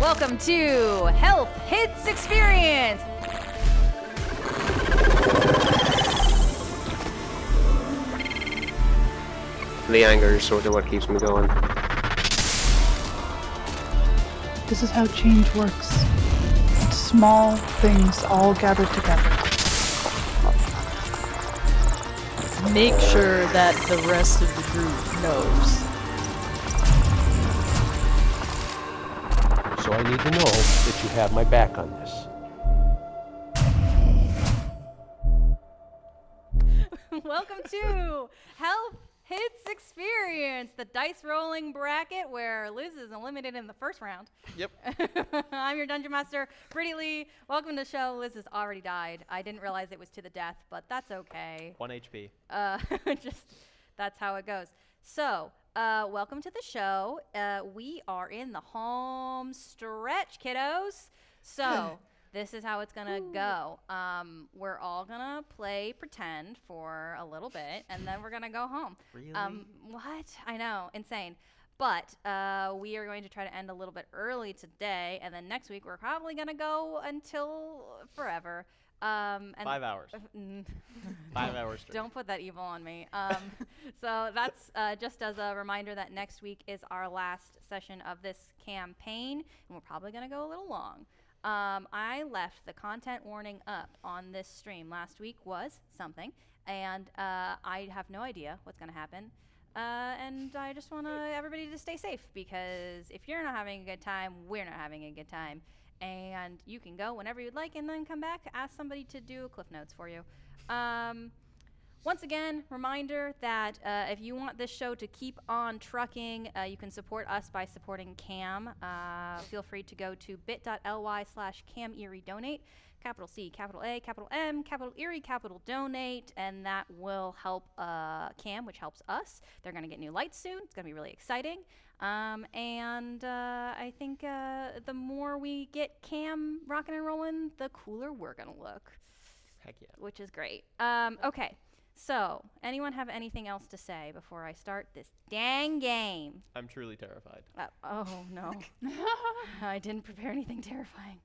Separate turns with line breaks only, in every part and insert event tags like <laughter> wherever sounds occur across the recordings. Welcome to Health Hits Experience. <laughs>
The anger is sort of what keeps me going.
This is how change works. Small things all gathered together.
Make sure that the rest of the group knows.
So I need to know that you have my back on this.
Welcome to Health Hits Experience, the dice rolling bracket where Liz is eliminated in the first round.
Yep.
<laughs> I'm your dungeon master, Brittany Lee. Welcome to the show. Liz has already died. I didn't realize it was to the death, but that's okay.
One HP.
Uh, <laughs> just that's how it goes. So, uh, welcome to the show. Uh, we are in the home stretch, kiddos.
<laughs>
So, this is how it's gonna go. Um, we're all gonna play pretend for a little bit, and then we're gonna go home. Um, what? I know, insane. But uh, we are going to try to end a little bit early today, and then next week we're probably gonna go until forever. Um, and
Five hours.
<laughs> Mm.
Five hours straight.
Don't put that evil on me. Um, <laughs> so that's uh, just as a reminder that next week is our last session of this campaign, and we're probably going to go a little long. Um, I left the content warning up on this stream. Last week was something, and uh, I have no idea what's going to happen. Uh, and I just want everybody to stay safe because if you're not having a good time, we're not having a good time. And you can go whenever you'd like and then come back, ask somebody to do cliff notes for you. Um, once again, reminder that uh, if you want this show to keep on trucking, uh, you can support us by supporting CAM. Uh, feel free to go to bit.ly slash CAM Erie Donate, capital C, capital A, capital M, capital Erie, capital Donate, and that will help uh, CAM, which helps us. They're going to get new lights soon. It's going to be really exciting. Um, and uh, I think uh, the more we get CAM rocking and rolling, the cooler we're going to look
Heck yeah.
which is great. Um, okay, so anyone have anything else to say before I start this dang game?
I'm truly terrified.
Uh, oh no, I didn't prepare anything terrifying.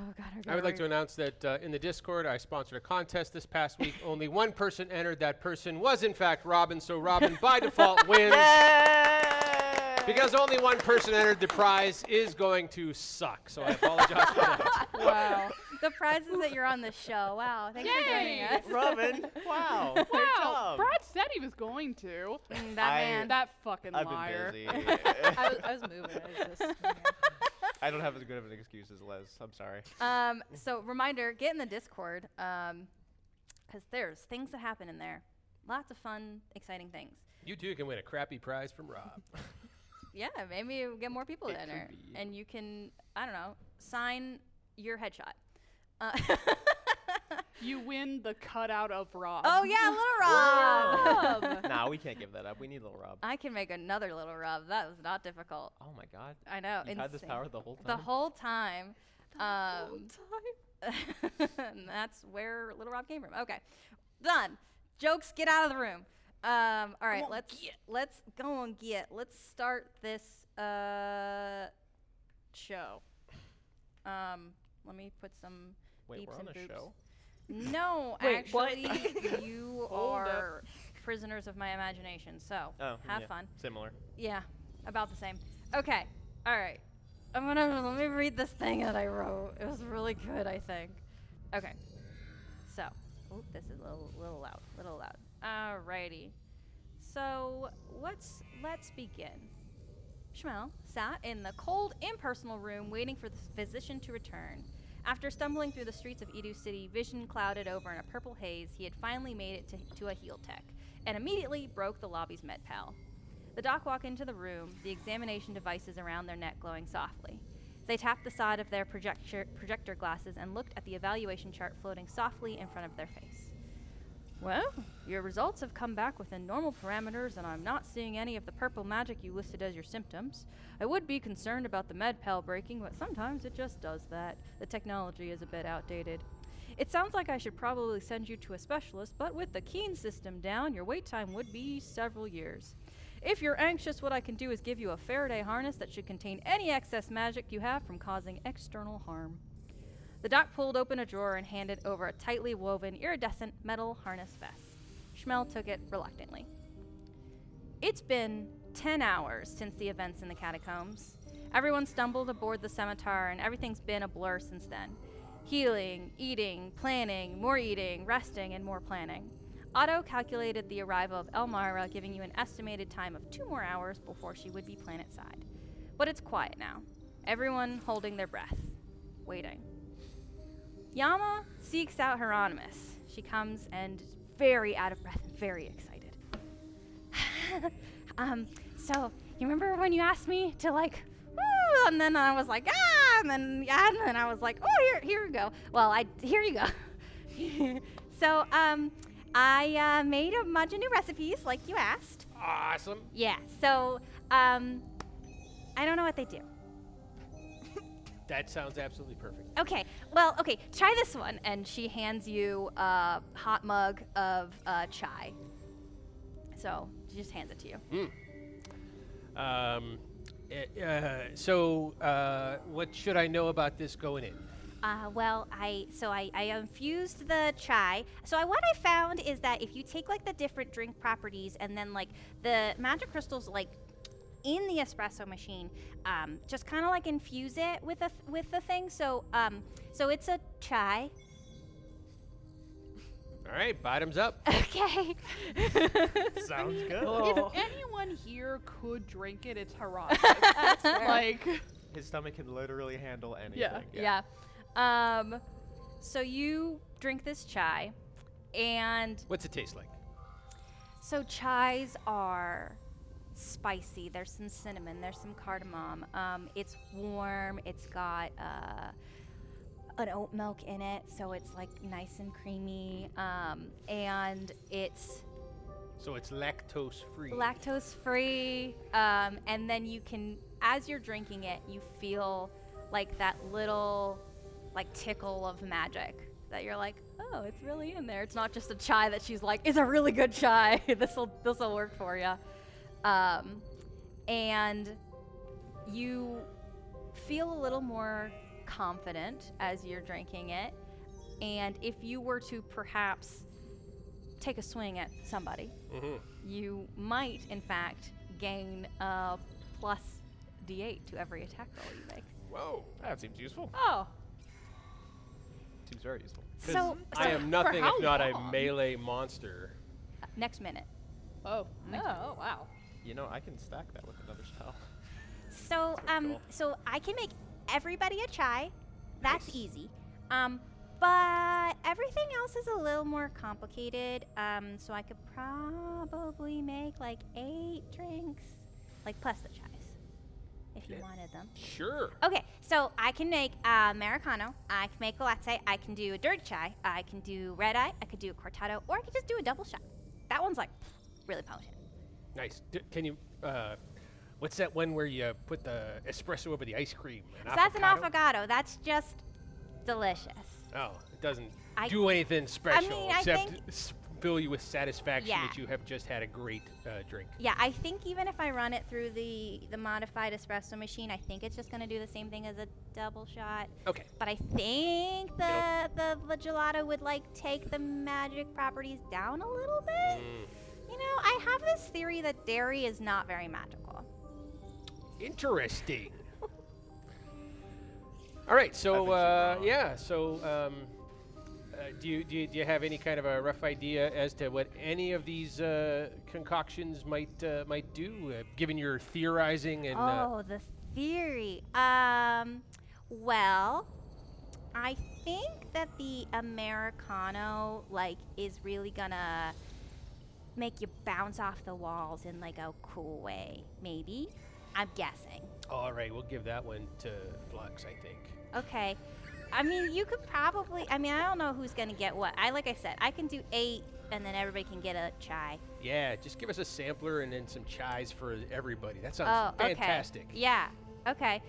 Oh god,
I would like to announce that uh, in the Discord, I sponsored a contest this past week. Only one person entered. That person was, in fact, Robin. So Robin, by default, wins. Because only one person entered, the prize is going to suck. So I apologize for that.
Wow, the prize is that you're on the show. Wow, thanks for joining
Yay!
us.
Robin, <laughs> wow. Good
Wow,
job.
Brad said he was going to.
Mm, that
I-
man.
That fucking
I've
liar.
<laughs> been busy.
I was, I was moving. I
<laughs>
was just,
I don't have as good of an excuse as Les. I'm sorry.
um, so reminder, get in the Discord because there's things that happen in there. Lots of fun, exciting things.
You too can win a crappy prize from Rob.
Yeah, maybe you get more people to
It could
enter,
be.
and you can I don't know sign your headshot. Uh, <laughs>
You win the cutout of Rob.
oh
<laughs>
yeah, little Rob.
nah, we can't give that up. We need little Rob.
I can make another little Rob. That was not difficult.
Oh my God.
I know.
You've had this
insane.
power the whole time.
the whole time. Um, <laughs> and that's where Little Rob came from. Okay, done. Jokes, get out of the room. Um, all right, let's let's go and get. Let's start this uh, show. Um, let me put some
Wait,
beeps
we're
and
on a
boops.
show?
No,
<laughs> Wait, what? <laughs>
actually, you
Hold up.
are prisoners of my imagination. So
Oh,
have
yeah,
fun.
Similar.
Yeah, about the same. Okay, all right. I'm gonna let me read this thing that I wrote. It was really good, I think. Okay, so oop, this is a little, little loud, little loud. Alrighty. So let's let's begin. Schmel sat in the cold, impersonal room waiting for the physician to return. After stumbling through the streets of Edo City, vision clouded over in a purple haze, he had finally made it to, to a heel tech and immediately broke the lobby's med pal. The doc walk into the room, the examination devices around their neck glowing softly. They tapped the side of their projector, projector glasses and looked at the evaluation chart floating softly in front of their face. Well, your results have come back within normal parameters, and I'm not seeing any of the purple magic you listed as your symptoms. I would be concerned about the med pal breaking, but sometimes it just does that. The technology is a bit outdated. It sounds like I should probably send you to a specialist, but with the Keen system down, your wait time would be several years. If you're anxious, what I can do is give you a Faraday harness that should contain any excess magic you have from causing external harm. The doc pulled open a drawer and handed over a tightly woven, iridescent metal harness vest. Schmel took it reluctantly. It's been 10 hours since the events in the catacombs. Everyone stumbled aboard the scimitar, and everything's been a blur since then. Healing, eating, planning, more eating, resting, and more planning. Otto calculated the arrival of Elmira, giving you an estimated time of two more hours before she would be planet side. But it's quiet now. Everyone holding their breath, waiting. Yama seeks out Hieronymus. She comes and is very out of breath and very excited. <sighs> um, so you remember when you asked me to like, "Ooh," and then I was like, ah, and then yeah, and then I was like, oh, here, here you go. Well, I here you go. <laughs> so um, I uh, made a bunch of new recipes, like you asked.
Awesome.
Yeah. So um, I don't know what they do.
That sounds absolutely perfect.
Okay. Well, okay. Try this one, and she hands you a hot mug of uh, chai. So she just hands it to you.
Um, eh, uh, so, uh, what should I know about this going in?
Uh, well, I so I, I infused the chai. So I, what I found is that if you take like the different drink properties and then like the magic crystals like in the espresso machine, um, just kind of like infuse it with a th- with the thing. So um, so it's a chai. <laughs>
All right, bottoms up.
Okay.
Sounds good.
Oh.
If anyone here could drink it, it's Harad. That's like
<laughs> His stomach can literally handle anything.
Yeah.
Yeah.
Um, so you drink this chai, and
What's it taste like?
So chais are spicy. There's some cinnamon. There's some cardamom. Um, it's warm. It's got uh, an oat milk in it, so it's like nice and creamy. Um, and it's
So it's lactose free.
lactose free. Um, and then you can, as you're drinking it, you feel like that little like tickle of magic that you're like, oh, it's really in there. It's not just a chai that she's like, it's a really good chai. <laughs> this will this will work for you. Um, and you feel a little more confident as you're drinking it. And if you were to perhaps take a swing at somebody, you might, in fact, gain a plus d8 to every attack roll you make.
Whoa.
That seems useful.
Oh,
Seems very useful.
so,
I am nothing
how
if not a
long?
melee monster.
so next minute.
oh oh wow.
You know, I can stack that with another spell. <laughs>
So,
That's pretty
um,
cool.
so I can make everybody a chai. That's easy. Um, but everything else is a little more complicated. Um, so I could probably make like eight drinks, like plus the chais, if you wanted them.
Sure.
Okay, so I can make uh, Americano, I can make a latte, I can do a dirty chai, I can do red eye, I could do a cortado, or I could just do a double shot. That one's like really potent.
Nice. D- can you? Uh, what's that one where you put the espresso over the ice cream? An
So that's an affogato, that's just delicious.
Oh, it doesn't
I-
do anything special
mean, I
except
think-
s- fill you with satisfaction
Yeah.
that you have just had a great uh, drink.
Yeah, I think even if I run it through the, the modified espresso machine, I think it's just gonna do the same thing as a double shot.
Okay.
But I think the, the, the gelato would like take the magic properties down a little bit. You know, I have this theory that dairy is not very magical.
Interesting. All right. So uh, yeah. So um, uh, do you do you, do you have any kind of a rough idea as to what any of these uh, concoctions might uh, might do, uh, given your theorizing and? Uh,
Oh, the theory. Um, well, I think that the americano like is really gonna make you bounce off the walls in like a cool way. Maybe, I'm guessing.
all right, we'll give that one to Flux, I think.
Okay. I mean, you could probably. I mean, I don't know who's gonna get what. I like I said, I can do eight, and then everybody can get a chai.
Yeah, just give us a sampler and then some chais for everybody. That
Oh,
sounds
okay.
fantastic.
Yeah. Okay.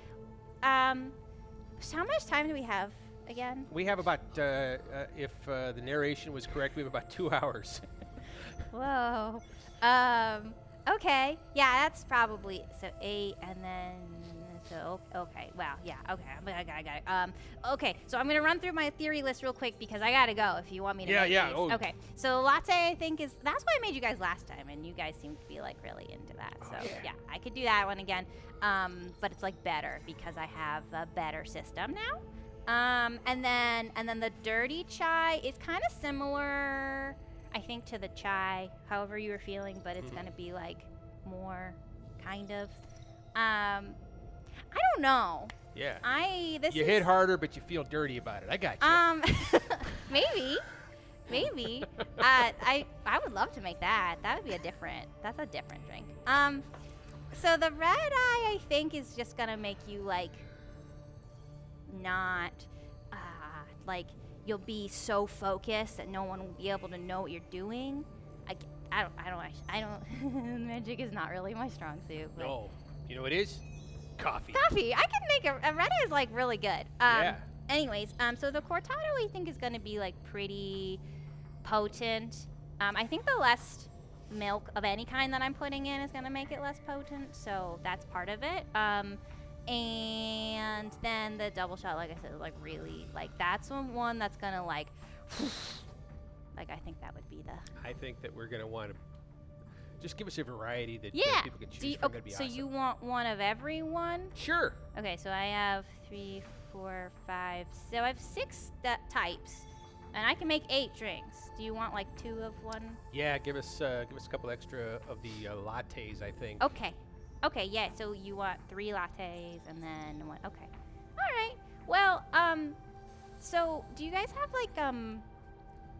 Um, so how much time do we have again?
We have about, uh, uh, if uh, <laughs> the narration was correct, we have about two hours.
Whoa. Um, okay, yeah, that's probably so eight, and then so o- okay, wow, yeah, okay, I'm- I got, I got it. Um, okay, so I'm gonna run through my theory list real quick because I gotta go. If you want me to,
Yeah,
make
yeah,
these.
oh.
Okay, so latte, I think is that's why I made you guys last time, and you guys seemed to be like really into that.
Oh,
So yeah, I could do that one again, um, but it's like better because I have a better system now. Um, and then and then the dirty chai is kind of similar, I think, to the chai. However you were feeling, but
Mm-hmm.
it's gonna be like more, kind of. Um, I don't know.
Yeah.
I this
you
is,
hit harder, but you feel dirty about it. I got you.
Um, maybe, maybe. uh, I I would love to make that. That would be a different. That's a different drink. Um, so the red eye I think is just gonna make you like not uh, like you'll be so focused that no one will be able to know what you're doing. I, g- I don't I don't actu- I don't <laughs> magic is not really my strong suit. but-
no. You know what it is? Coffee.
coffee. I can make a, a red eye is like really good. Um,
Yeah.
Anyways, um, so the cortado I think is going to be like pretty potent. Um, I think the less milk of any kind that I'm putting in is going to make it less potent, so that's part of it. Um, and then the double shot, like I said, like really like that's one one that's going to like. <sighs> Like I think that would be the
I think that we're gonna want to just give us a variety that, that
yeah.
people can choose
Do you,
from.
okay,
That'd be
so
awesome.
you want one of every one?
sure?
Okay, so I have three, four, five. So I have six th- types, and I can make eight drinks. Do you want like two of one?
Yeah, give us uh, give us a couple extra of the uh, lattes. I think.
Okay, okay, yeah. So you want three lattes and then one. Okay, all right. Well, um, so do you guys have like um,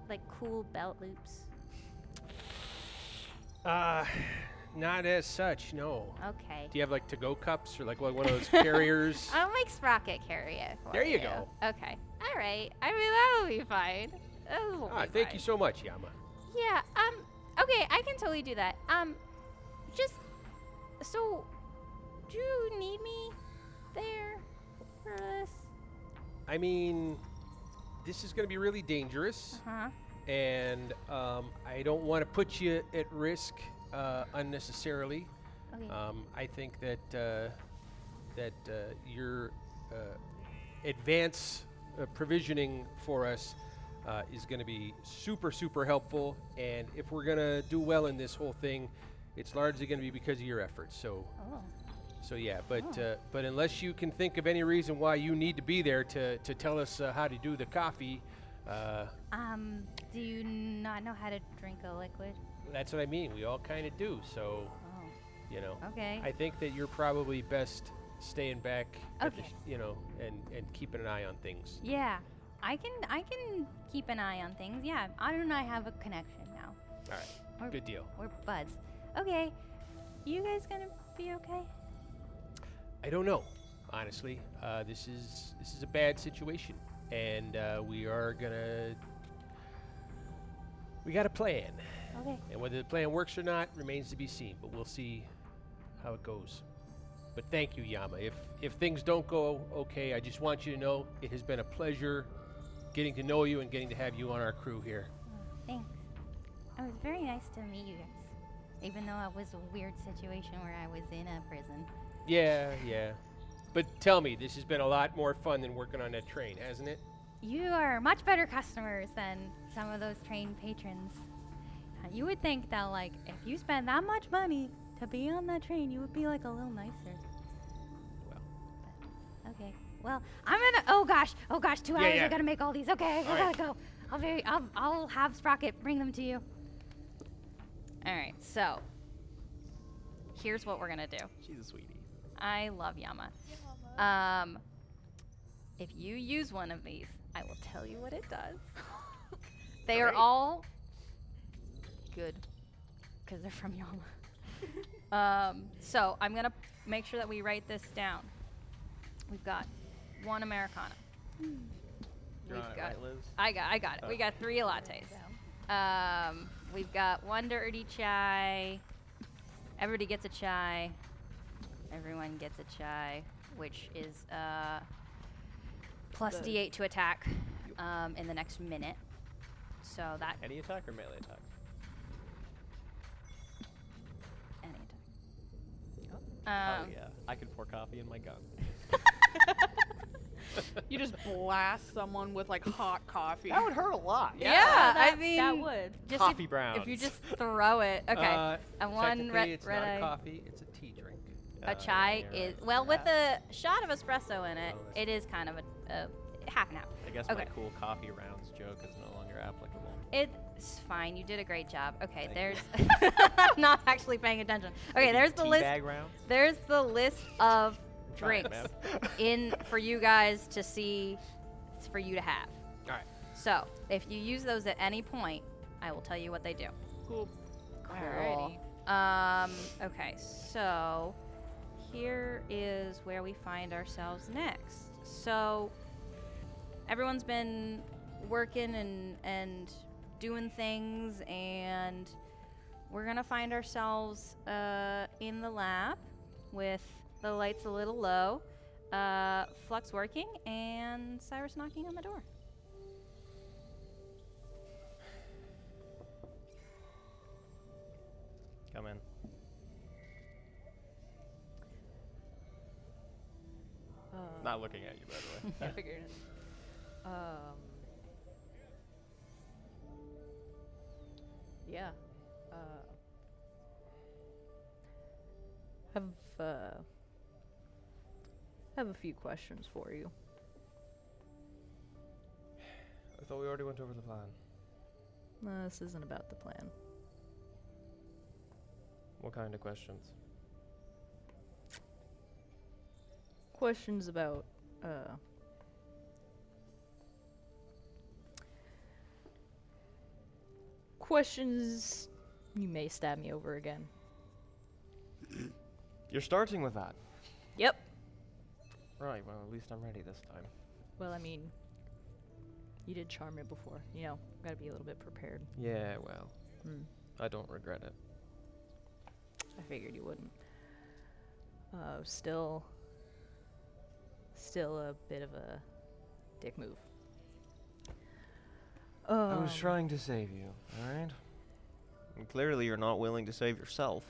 like cool belt loops? Oh.
Uh, not as such. No.
Okay.
Do you have like to-go cups or like one of
<laughs>
those carriers?
I'll make Sprocket carry it. for
There you go.
Okay. All right. I mean that will be fine. That will
ah,
be
thank
fine.
you so much, Yama.
Yeah. Um. Okay, I can totally do that. Um, just so, do you need me there for this?
I mean, this is gonna be really dangerous,
Huh?
and um, I don't want to put you at risk uh, unnecessarily.
Okay.
Um, I think that uh, that uh, your uh, advance uh, provisioning for us uh, is going to be super super helpful, and if we're going to do well in this whole thing, it's largely going to be because of your efforts. So
oh.
so yeah, but uh, but unless you can think of any reason why you need to be there to to tell us uh, how to do the coffee. Uh,
Um. Do you not know how to drink a liquid?
that's what I mean. We all kind of do. So,
Oh.
you know.
Okay.
I think that you're probably best staying back, at the
Okay.
sh- you know, and and keeping an eye on things.
yeah. I can. I can keep an eye on things. Yeah. Otto and I have a connection now.
All right,
Or-
good deal.
We're buds. Okay. You guys gonna be okay?
I don't know, honestly. Uh, this is this is a bad situation, and uh, we are gonna we got a plan,
Okay.
and whether the plan works or not remains to be seen. But we'll see how it goes. But thank you, Yama. If if things don't go okay, I just want you to know it has been a pleasure getting to know you and getting to have you on our crew here.
Thanks. It was very nice to meet you guys. Even though it was a weird situation where I was in a prison.
Yeah, yeah. But tell me, this has been a lot more fun than working on that train, hasn't it?
You are much better customers than some of those trained patrons. Uh, You would think that, like, if you spend that much money to be on that train, you would be, like, a little nicer.
Well.
But, okay. Well, I'm gonna. Oh gosh. Oh gosh. Two hours.
yeah.
I gotta make all these. Okay. I gotta
right.
go. I'll very. I'll, I'll have Sprocket bring them to you. All right. So. Here's what we're gonna do.
She's a sweetie.
I love Yama. Um, if you use one of these, I will tell you what it does. <laughs> they are
Great.
all good because they're from Yama. um, so I'm gonna make sure that we write this down. We've got one Americano.
You're
We've
on it,
got-
right, Liz?
I got, I got it. We got three lattes. Um, we've got one dirty chai. Everybody gets a chai. Everyone gets a chai, which is uh, plus
The-
D8 to attack um, in the next minute. So that
Any attack or melee attack?
any
Oh
Um,
yeah, I can pour coffee in my gun.
You just blast someone with like hot coffee.
That would hurt a lot.
yeah, I
that-
mean,
that would.
Just
Coffee
if,
browns.
If you just throw it, okay.
Uh,
and one
technically
red,
it's
red
not
eye.
a coffee, it's a tea drink.
Uh,
A chai is well with a shot of espresso in it.
Oh, that's
It is kind of a, a half and half.
I guess my
okay.
cool coffee rounds joke is no longer applicable.
It's fine. You did a great job. Okay,
Thank you.
there's
<laughs>
<laughs> I'm not actually paying attention. Okay, there's the list.
Bag rounds.
There's the list of
Try it,
drinks
man.
<laughs> in for you guys to see, it's for you to have.
All right.
So if you use those at any point, I will tell you what they do.
Cool.
Cool. Um, okay, so here is where we find ourselves next. So everyone's been working and and doing things, and we're gonna find ourselves uh, in the lab with the lights a little low, uh, Flux working, and Cyrus knocking on the door.
Come in.
Uh.
Not looking at you,
<laughs>
by the way.
figured it. Um. Yeah. Uh, have uh, have a few questions for you.
I thought we already went over the plan.
No, Uh, this isn't about the plan.
What kind of questions?
Questions about uh. Questions. You may stab me over again.
You're starting with that.
Yep.
Right, well, at least I'm ready this time.
Well, I mean, you did charm it before. You know, gotta be a little bit prepared.
Yeah, well,
Hmm.
Mm.
I don't regret it.
I figured you wouldn't. Uh, still, still a bit of a dick move.
I
Um,
was trying to save you, alright?
And clearly, you're not willing to save yourself.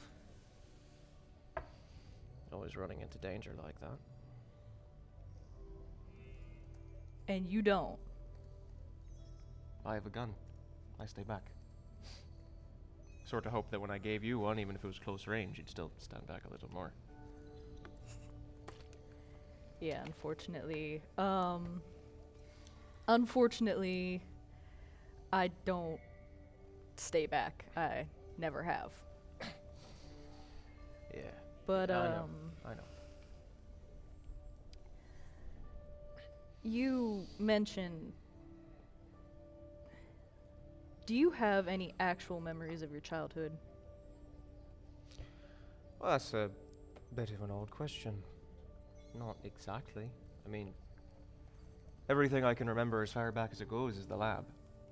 Always running into danger like that.
and you don't.
I have a gun. I stay back. Sort of hope that when I gave you one, even if it was close range, you'd still stand back a little more.
Yeah, unfortunately. Um, unfortunately, I don't stay back. I never have.
Yeah,
But
I know.
um,
I know.
You mentioned. Do you have any actual memories of your childhood?
Well, that's a bit of an odd question. Not exactly. I mean, everything I can remember as far back as it goes is the lab,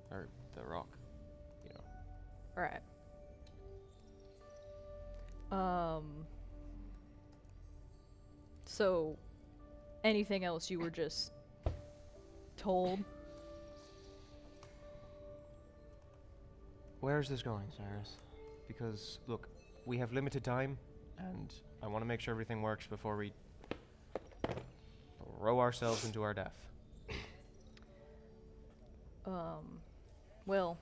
or the rock. You know.
Right. Um. So, anything else you were just told?
Where is this going, Cyrus? Because look, we have limited time, and I want to make sure everything works before we throw ourselves into our death.
Um, well,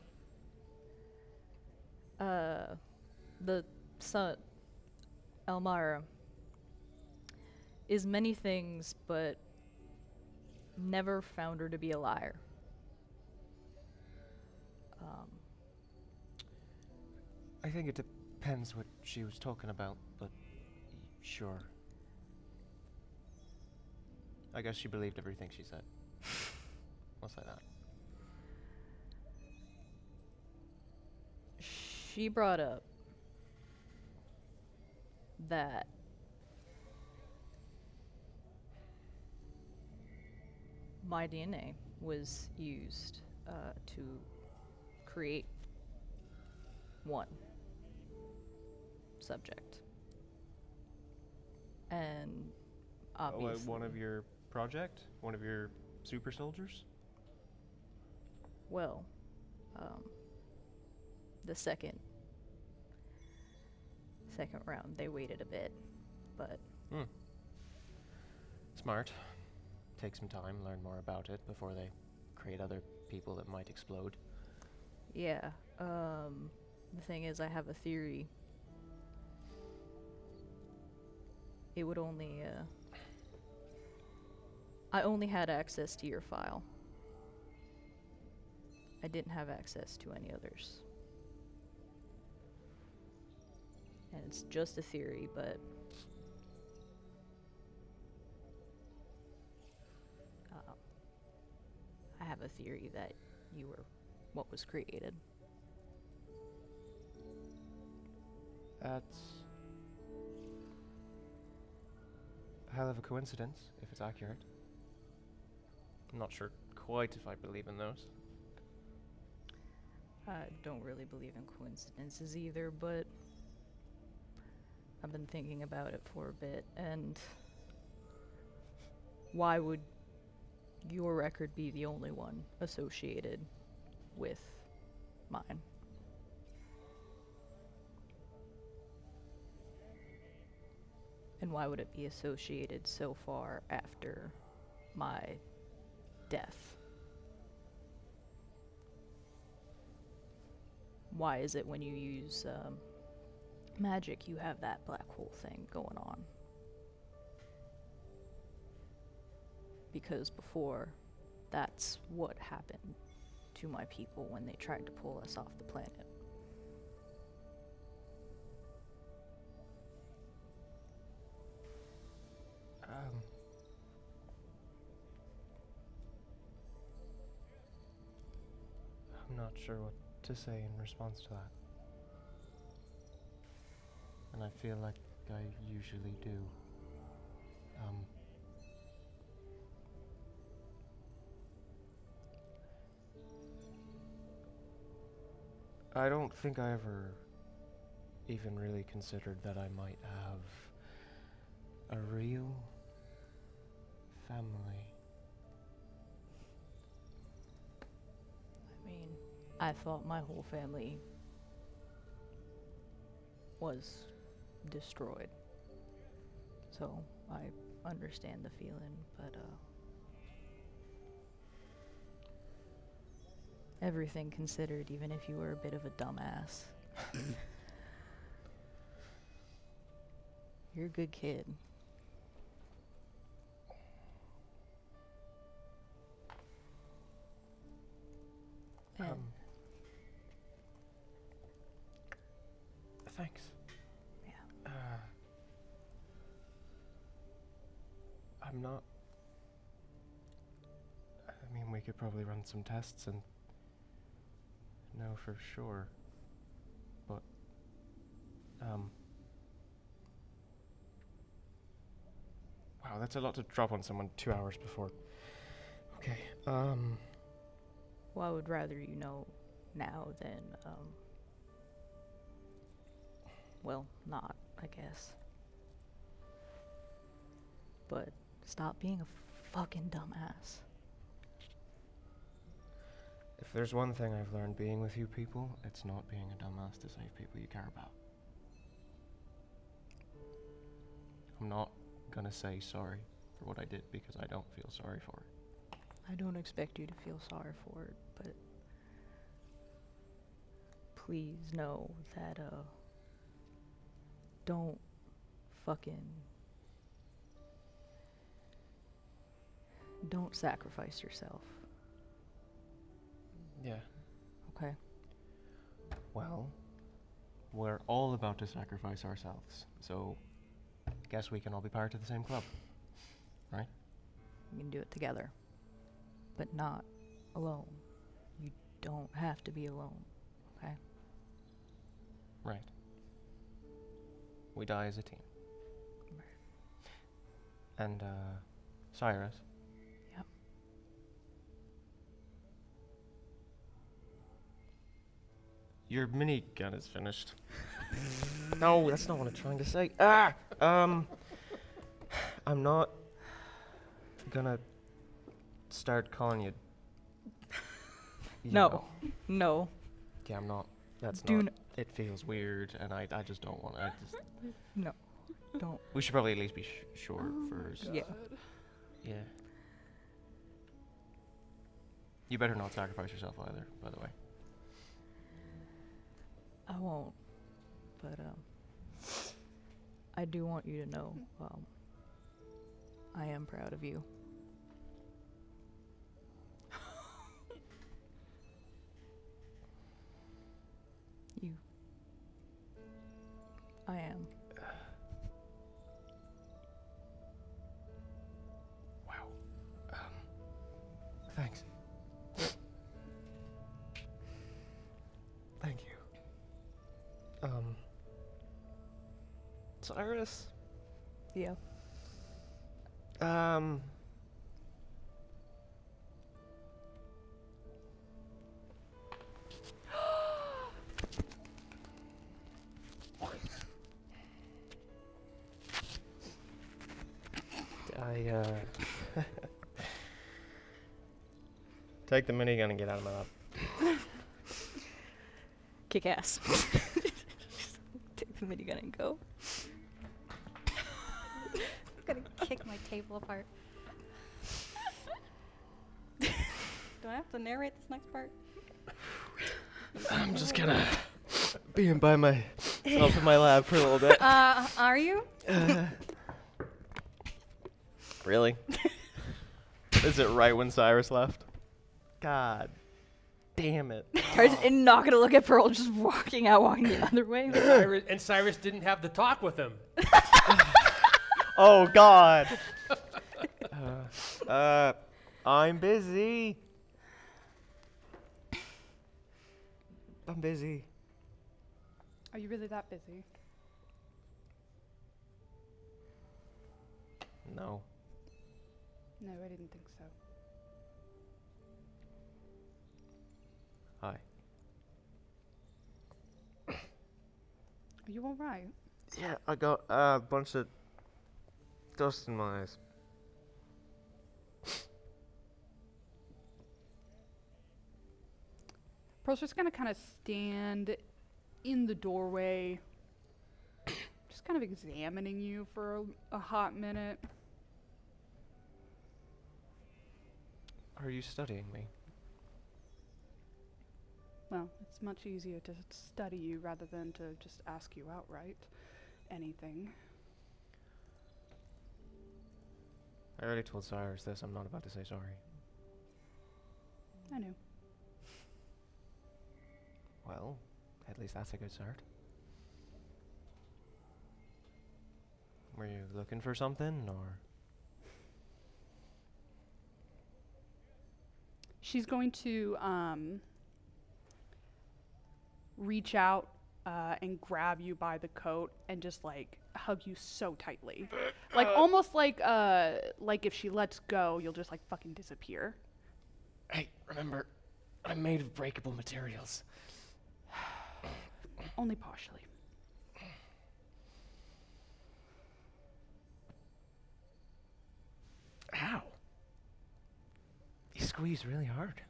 uh, the son, Elmira, is many things, but never found her to be a liar. Um,
I think it depends what she was talking about, but sure. I guess she believed everything she <laughs> said. I'll say that.
she brought up that my DNA was used uh, to create one subject. And obviously,
Oh, one of your project? One of your super soldiers?
well, um, the second second round, they waited a bit but
Smart. Take some time, learn more about it before they create other people that might explode.
yeah. Um, the thing is, I have a theory. It would only. Uh, I only had access to your file. I didn't have access to any others. And it's just a theory, but. Uh, I have a theory that you were what was created.
That's a hell of a coincidence, if it's accurate. I'm not sure quite if I believe in those.
I don't really believe in coincidences either, but I've been thinking about it for a bit, and why would your record be the only one associated with mine? And why would it be associated so far after my death? why is it when you use um, magic you have that black hole thing going on? Because before, that's what happened to my people when they tried to pull us off the planet.
Um, I'm not sure what to say in response to that. And I feel like I usually do. Um, I don't think I ever even really considered that I might have a real family.
I mean, I thought my whole family was destroyed. So I understand the feeling, but uh everything considered, even if you were a bit of a dumbass. <coughs> You're a good kid. And
Um, thanks.
Yeah.
Uh, I'm not. I mean, we could probably run some tests and know for sure. But. Um. Wow, that's a lot to drop on someone two hours before. Okay, um.
Well, I would rather you know now than, um, well, not, I guess. But stop being a fucking dumbass.
If there's one thing I've learned being with you people, it's not being a dumbass to save people you care about. I'm not gonna say sorry for what I did because I don't feel sorry for it.
I don't expect you to feel sorry for it, but please know that, uh, don't fucking. Don't sacrifice yourself,
<coughs>
Yeah.
okay?
Well, we're all about to sacrifice ourselves, so guess we can all be part of the same club.
We can do it together, but not alone. You don't have to be alone.
Right. We die as a team. And, uh, Cyrus.
Yep.
Your minigun is finished. <laughs> no, that's not what I'm trying to say. Ah! Um, I'm not gonna start calling <laughs> you. you
No.
know.
No,
Yeah, I'm not. That's
do
not. It feels weird, and I, I just don't want to. I just.
No. Don't. Oh
We should probably at least be sh- short first.
Yeah.
Yeah. You better not sacrifice yourself either, by the way.
I won't. But um, I do want you to know um, I am proud of you. <laughs> you. I am.
Thanks. Thank you. Um. Cyrus?
Yeah.
Um. I, uh. <laughs> Take the minigun and get out of my lap.
Kick ass. <laughs> Take the minigun and go.
I'm <laughs> gonna kick my table apart. <laughs> Do I have to narrate this next part?
I'm just gonna be in by myself in my lab for a little bit.
Uh, are you?
<laughs> Really? Is it right when Cyrus left? God damn it.
Tries and not gonna look at Pearl, just walking out, walking the other way.
Cyrus, and Cyrus didn't have the talk with him.
Oh God. Uh, uh, I'm busy. I'm busy.
Are you really that busy?
No.
No, I didn't think so.
Hi.
Are you all right?
Yeah, I got uh, a bunch of dust in my eyes.
Pearl's just gonna kind of stand in the doorway, just kind of examining you for a, a hot minute.
Are you studying me?
Well, it's much easier to study you rather than to just ask you outright anything.
I already told Cyrus this. I'm not about to say sorry.
I know.
Well, at least that's a good start. Were you looking for something, or
She's going to um, reach out uh, and grab you by the coat and just like hug you so tightly, like almost like uh, like if she lets go, you'll just like fucking disappear.
Hey, remember, I'm made of breakable materials.
Only partially.
How?
you squeeze really hard?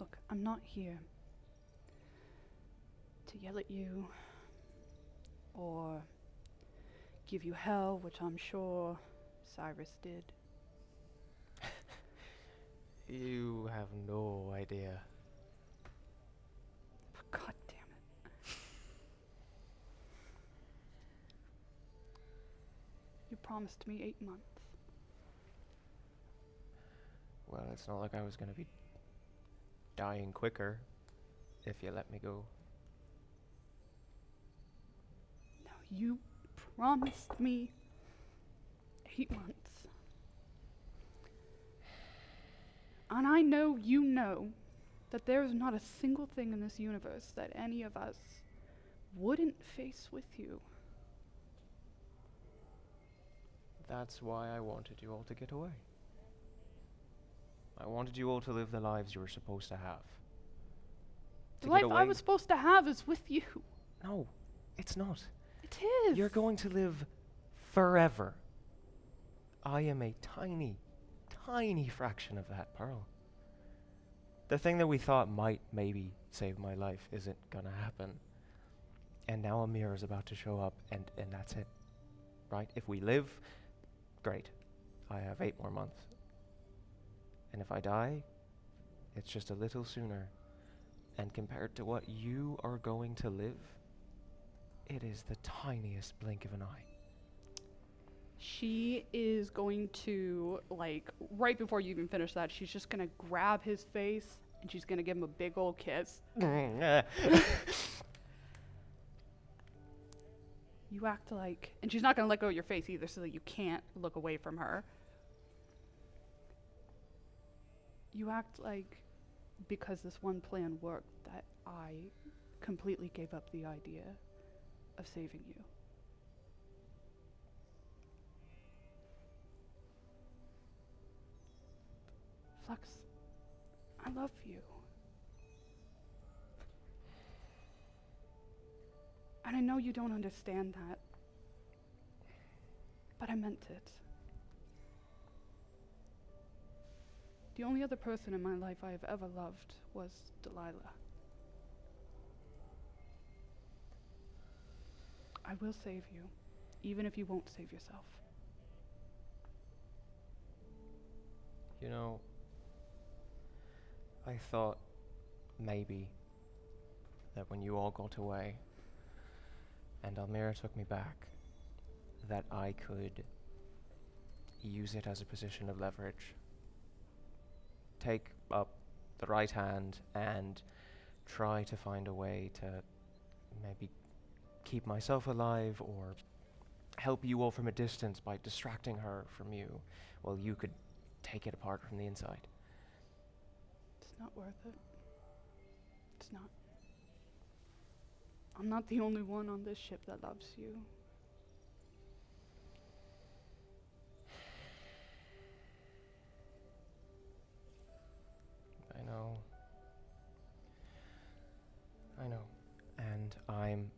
Look, I'm not here to yell at you or give you hell, which I'm sure Cyrus did.
You have no idea.
But <laughs> god damn it. You promised me eight months.
Well, it's not like I was gonna be dying quicker if you let me go.
No, you promised me eight months. And I know you know that there is not a single thing in this universe that any of us wouldn't face with you.
That's why I wanted you all to get away. I wanted you all to live the lives you were supposed to have.
The
To
life
get
I
away-
was supposed to have is with you.
No, it's not.
It is.
You're going to live forever. I am a tiny, tiny fraction of that, Pearl. The thing that we thought might maybe save my life isn't gonna happen. And now Amir is about to show up, and, and that's it. Right? If we live, great. I have eight more months. And if I die, it's just a little sooner. And compared to what you are going to live, it is the tiniest blink of an eye.
She is going to, like, right before you even finish that, she's just going to grab his face and she's going to give him a big old kiss. You act like. And she's not going to let go of your face either, so that you can't look away from her. You act like because this one plan worked, that I completely gave up the idea of saving you. Flux, I love you. And I know you don't understand that, but I meant it. The only other person in my life I have ever loved was Delilah. I will save you, even if you won't save yourself.
You know, I thought maybe that when you all got away and Almira took me back, that I could use it as a position of leverage. Take up the right hand and try to find a way to maybe keep myself alive or help you all from a distance by distracting her from you while you could take it apart from the inside.
It's not worth it. It's not. I'm not the only one on this ship that loves you.
I know. I know. And I'm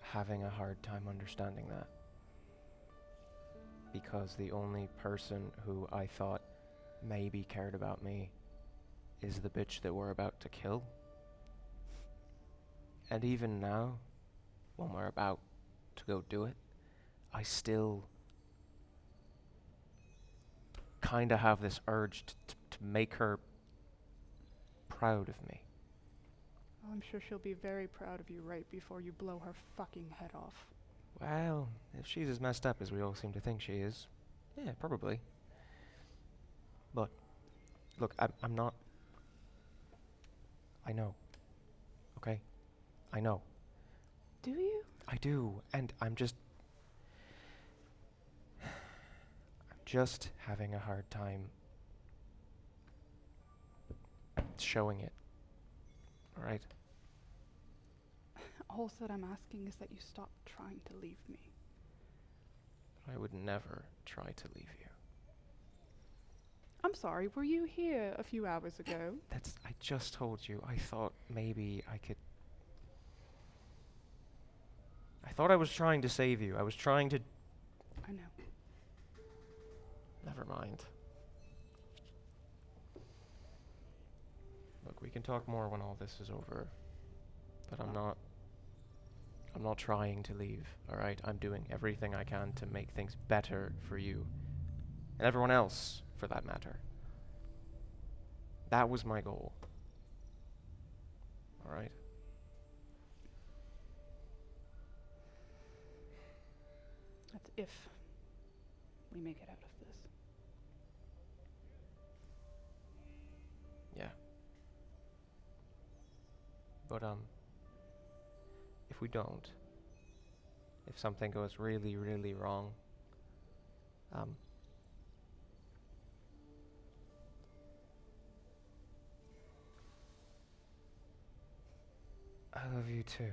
having a hard time understanding that. Because the only person who I thought maybe cared about me is the bitch that we're about to kill. And even now, when we're about to go do it, I still kind of have this urge to, to, to make her proud of me.
Well, Oh, I'm sure she'll be very proud of you right before you blow her fucking head off.
Well, if she's as messed up as we all seem to think she is, yeah, probably. But, look, I'm, I'm not. I know. Okay? I know.
Do you?
I do, and I'm just. I'm just having a hard time showing it. Alright?
All that I'm asking is that you stop trying to leave me.
I would never try to leave you.
I'm sorry, were you here a few hours ago?
That's. I just told you. I thought maybe I could. I thought I was trying to save you. I was trying to.
I know.
Never mind. Look, we can talk more when all this is over. But I'm not. I'm not trying to leave, alright? I'm doing everything I can to make things better for you. And everyone else, for that matter. That was my goal. Alright?
That's if we make it out of this.
Yeah. But um if we don't if something goes really really wrong um I love you too.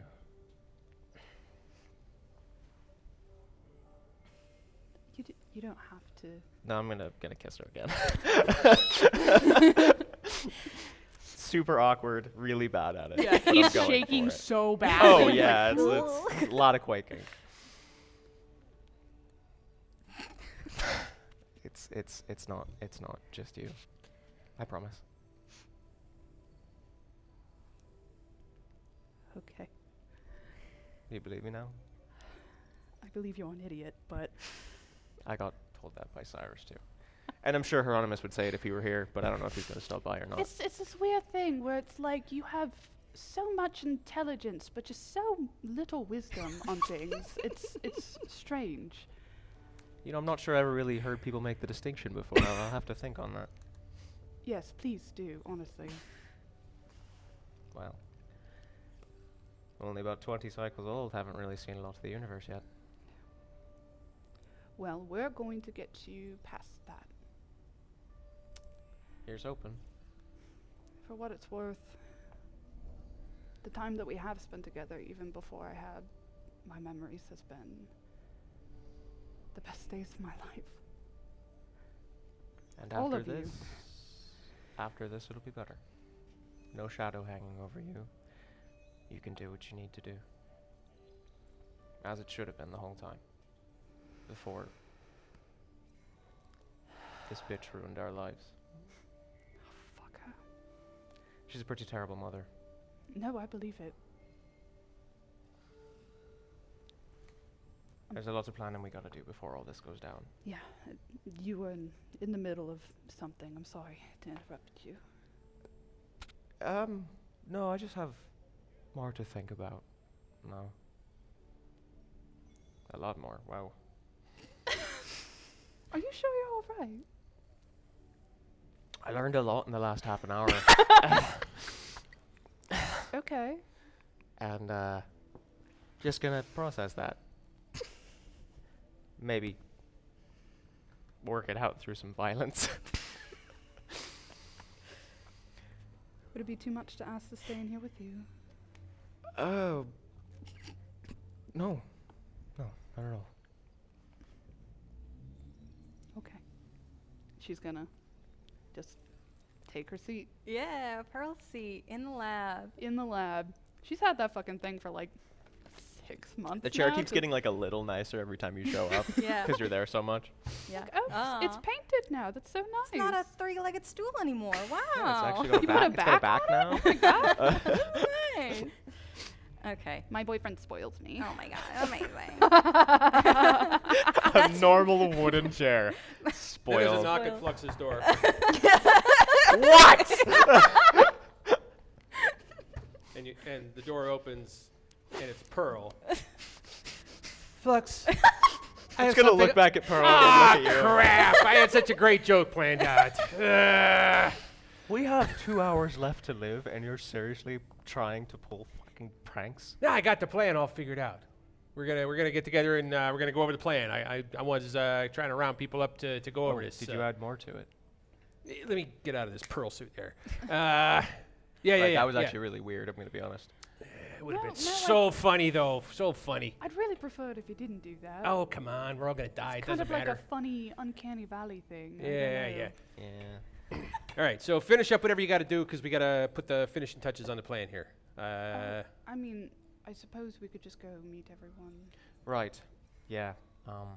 You, d- you don't have to.
No, I'm gonna gonna kiss her
<laughs>
again. <laughs> Super awkward, really bad at it.
Yeah,
but I'm
he's
going for
shaking
it.
so bad.
<laughs>
Oh <laughs> yeah, it's, it's a lot of quaking. it's it's it's not it's not just you. I promise.
okay.
Do you believe me now?
I believe you're an idiot, but
I got told that by Cyrus too. And I'm sure Hieronymus would say it if he were here, but I don't know if he's going to stop by or not.
it's it's this weird thing where it's like you have so much intelligence but just so little wisdom on things. It's it's strange.
You know, I'm not sure I ever really heard people make the distinction before. I'll I'll have to think on that.
Yes, please do, honestly.
Well, only about 20 cycles old, haven't really seen a lot of the universe yet.
Well, we're going to get you past that.
Here's open.
For what it's worth, the time that we have spent together, even before I had my memories, has been the best days of my <laughs> life.
And
All
after
of you.
this, after this, it'll be better. No shadow hanging over you. You can do what you need to do. As it should have been the whole time. Before this bitch ruined our lives.
Fuck her.
She's a pretty terrible mother.
No, I believe it.
There's a lot of planning we gotta do before all this goes down.
Yeah, uh, you were in, in the middle of something. I'm sorry to interrupt you.
Um, no, I just have more to think about. No. A lot more. Wow.
Are you sure you're all right?
I learned a lot in the last half an hour.
Okay.
and uh, just gonna process <laughs> that. Maybe work it out through some violence. <laughs>
Would it be too much to ask to stay in here with you?
Oh. no. No, not at all.
Okay. She's gonna just take her seat
Yeah, Pearl seat in the lab.
in the lab. She's had that fucking thing for like six months.
The chair
now,
keeps
just-
getting like a little nicer every time you show up
Yeah.
because you're there so much.
Yeah.
Oh, s- it's
Aw.
painted now. That's so nice.
It's not a three-legged stool <laughs> anymore. Wow. Oh
it's actually got a
You
back.
put a back
it's got a back now.
<laughs> nice. Okay.
My boyfriend spoils me. <laughs>
Oh my god. <laughs> Amazing.
<laughs>
a normal wooden chair.
There's a
Spoiled.
knock at Flux's door.
what?
and, you, and the door opens, and it's Pearl.
Flux. I
It's
have
gonna
something-
look back at Pearl
Ah,
and look at you.
crap! I had such a great joke planned <laughs> out. Ugh.
We have two hours left to live, and you're seriously trying to pull fucking pranks.
Now I got the plan all figured out. We're gonna we're gonna get together and uh, we're gonna go over the plan. I I, I was uh, trying to round people up to, to go over this.
Oh, Did
so-
you add more to it?
Eh, Let me get out of this pearl suit there. Uh, yeah, yeah, yeah.
that was
yeah.
actually really weird. I'm gonna be honest.
It would have
No,
been
no, I-
so funny though. So funny.
I'd really prefer it if you didn't do that.
Oh come on, we're all gonna die. It
kind
doesn't
of like
matter.
a funny, uncanny valley thing. I
yeah,
don't
yeah,
know.
yeah.
Yeah.
All right, so finish up whatever you got to do because we got to put the finishing touches on the plan here. Uh,
I mean, I suppose we could just go meet everyone.
Right. Yeah. Um,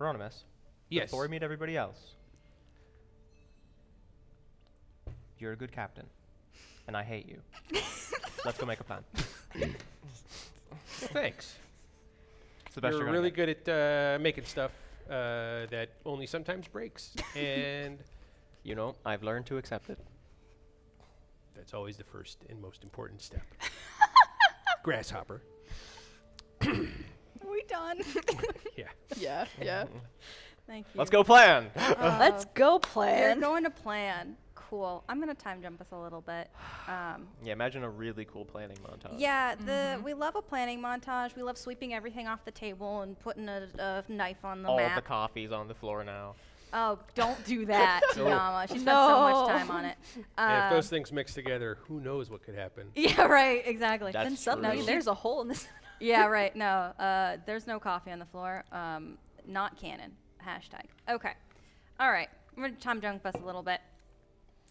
Hieronymus.
yes.
Before we meet everybody else, you're a good captain, and I
<laughs>
hate you. Let's go make a plan.
Thanks.
It's <laughs> the best
You're
you're
really
gonna
good at uh, making stuff uh, that only sometimes breaks,
<laughs>
and
get. You know, I've learned to accept it.
that's always the first and most important step.
<laughs>
Grasshopper.
Are we done?
Yeah.
Yeah, yeah.
Thank you.
Mm-hmm. Let's go plan.
Let's go
We're
plan.
Uh-huh. going to plan. Cool. I'm gonna time jump us a little bit. Um,
yeah. Imagine a really cool planning montage.
yeah, the
Mm-hmm.
we love a planning montage. We love sweeping everything off the table and putting a, a knife on the
All of
map.
the coffee's on the floor now.
oh, don't do <laughs>
<laughs>
that, Tiama. She spent so much time on
<laughs>
it.
Uh.
and if
Um,
those things mix together, who knows what could happen?
<laughs> yeah, right. Exactly.
That's
then suddenly
true.
there's a hole in this.
<laughs> yeah, right. No, uh, there's no coffee on the floor. Um, not canon. Hashtag. Okay. All right. We're gonna time junk bus a little bit.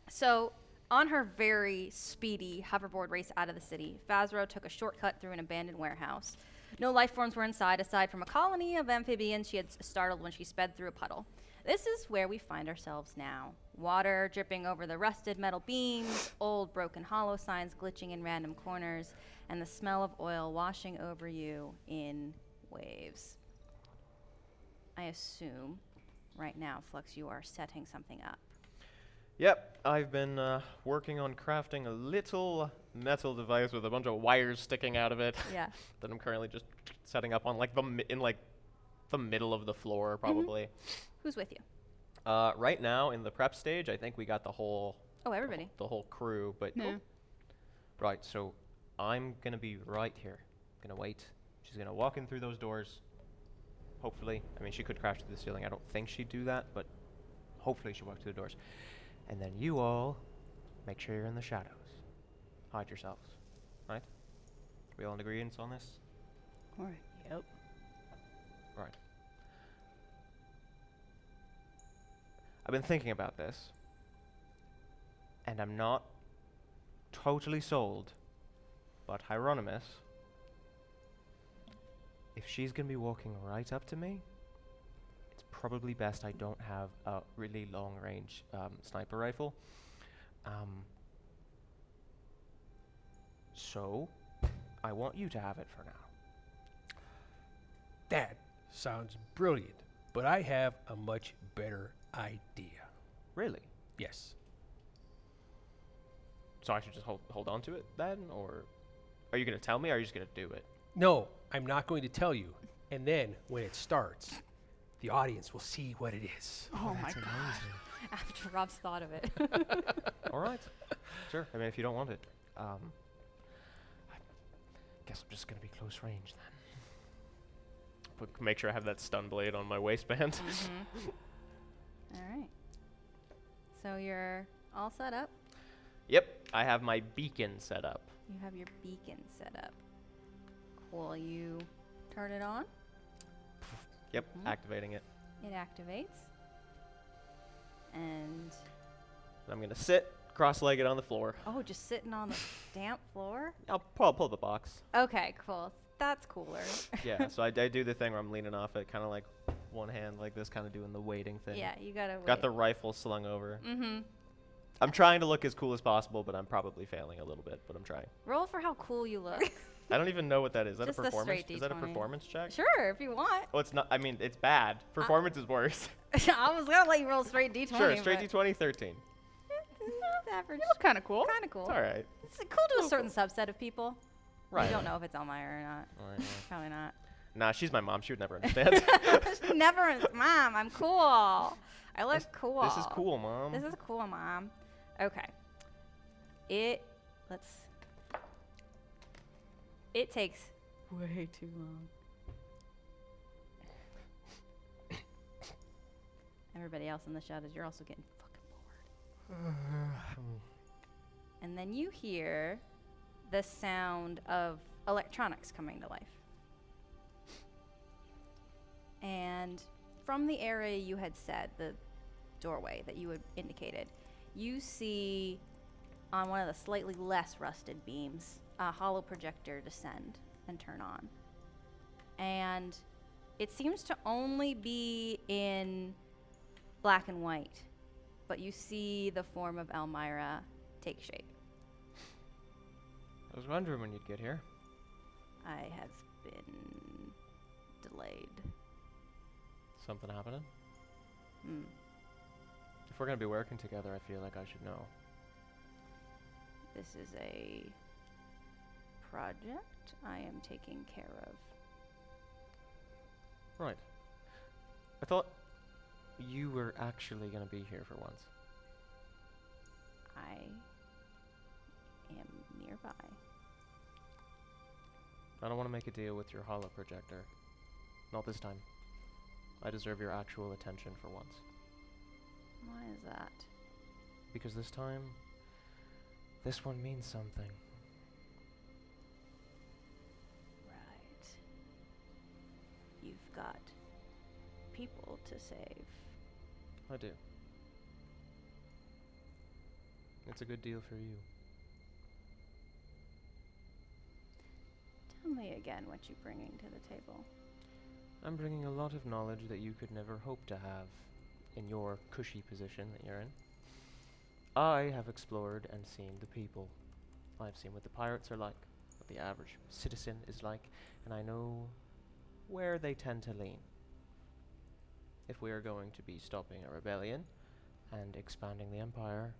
So, on her very speedy hoverboard race out of the city, Fazro took a shortcut through an abandoned warehouse. No life forms were inside, aside from a colony of amphibians she had s- startled when she sped through a puddle. This is where we find ourselves now. Water dripping over the rusted metal beams, old broken hollow signs glitching in random corners, and the smell of oil washing over you in waves. I assume right now, Flux, you are setting something up.
Yep, I've been uh, working on crafting a little
Metal device with a bunch of wires sticking out of it <laughs>
Yeah.
that I'm currently just setting up on like the mi- in like the middle of the floor probably.
Who's with you?
Uh, right now in the prep stage, I think we got the whole
Oh, everybody. <laughs>
the whole crew, but
No.
Oh, Right, so I'm gonna be right here. I'm gonna wait. She's gonna walk in through those doors. Hopefully, I mean, she could crash through the ceiling. I don't think she'd do that, but hopefully she walks through the doors. And then you all make sure you're in the shadows. Hide yourselves. Right? We all in agreement on this?
All right. Yep.
Right. I've been thinking about this, and I'm not totally sold. But Hieronymus, if she's going to be walking right up to me, it's probably best I don't have a really long range um, sniper rifle. Um, so, I want you to have it for now.
That sounds brilliant, but I have a much better idea.
Really?
Yes.
So I should just hold hold on to it then, or are you gonna tell me? Or are you just gonna do it?
No, I'm not going to tell you. And then when it starts, the audience will see what it is.
Oh my god.
After Rob's thought of it.
All right, sure. I mean, if you don't want it, um, I guess I'm just gonna be close range then.
Put- make sure I have that stun blade on my <laughs> waistband.
Mm-hmm. <laughs> all right. So you're all set up.
yep, I have my beacon set up.
You have your beacon set up. Cool. You turn it on.
Yep,
Mm-hmm.
activating it.
It activates. And
And I'm gonna sit cross-legged on the floor.
oh, just sitting <laughs> on the damp floor.
I'll pull, pull the box.
Okay, cool. That's cooler.
<laughs> Yeah, so I, I do the thing where I'm leaning off it, kind of like one hand like this, kind of doing the waiting
<laughs>
thing.
yeah, you gotta.
Got the
wait.
rifle slung over.
Mhm.
I'm trying to look as cool as possible, but I'm probably failing a little bit. But I'm trying.
Roll for how cool you look.
I don't even know what that is. Is that
Just
a
a
performance?
straight
Is that a
D20.
performance
<laughs>
check?
sure, if you want. <laughs>
Oh, it's not. I mean, it's bad. Performance is worse. <laughs>
I was gonna let you roll straight d20.
sure, straight
but-
D20, 13.
<laughs> It's average.
You look kind of cool.
Kind of cool.
It's all right.
It's cool to a certain subset of people.
Right.
You don't know if it's Elmira or not.
All right, yeah.
<laughs> Probably not.
Nah, she's my mom. She
<laughs>
would never understand. <laughs>
Never, mom. I'm cool. I look cool.
this is cool, mom.
This is cool, mom. Okay. It. Let's. It takes
Way too long.
everybody else in the shadows. You're also getting fucking bored. and then you hear the sound of electronics coming to life. And from the area you had said, the doorway that you had indicated, you see on one of the slightly less rusted beams a hollow projector descend and turn on. And it seems to only be in black and white, but you see the form of Elmira take shape.
I was wondering when you'd get here.
I have been delayed.
Something happening?
Mm.
If we're gonna be working together, I feel like I should know.
This is a project I am taking care of.
Right. I thought you were actually gonna be here for once.
I am nearby.
I don't want to make a deal with your hollow projector. Not this time. I deserve your actual attention for once.
Why is that?
Because this time, this one means something.
Right. You've got people to save.
I do. It's a good deal for you.
Tell me again what you're bringing to the table.
I'm bringing a lot of knowledge that you could never hope to have in your cushy position that you're in. I have explored and seen the people. I've seen what the pirates are like, what the average citizen is like, and I know where they tend to lean. If we are going to be stopping a rebellion and expanding the empire,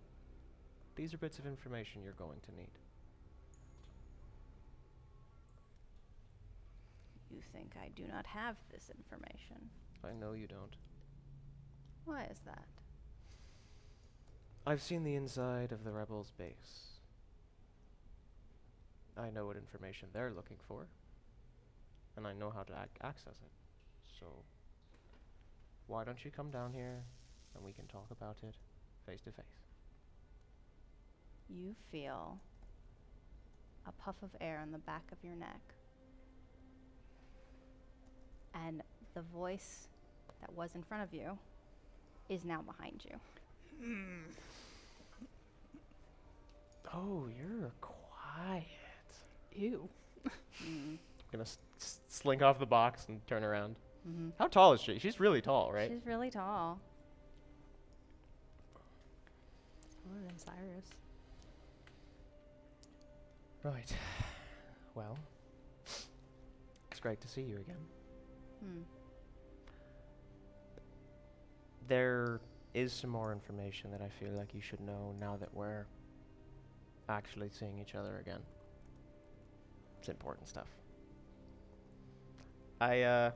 these are bits of information you're going to need.
You think I do not have this information?
I know you don't.
Why is that?
I've seen the inside of the rebels' base. I know what information they're looking for, and I know how to ac- access it. So, why don't you come down here and we can talk about it face to face?
You feel a puff of air on the back of your neck. And the voice that was in front of you is now behind you.
Oh, you're quiet.
Ew.
I'm gonna s- s- slink off the box and turn around.
Mhm.
How tall is she? She's really tall, right?
She's really tall.
Taller than Cyrus.
Right. <sighs> Well, it's great to see you again.
Hmm.
There is some more information that I feel like you should know now that we're actually seeing each other again. It's important stuff.
I uh,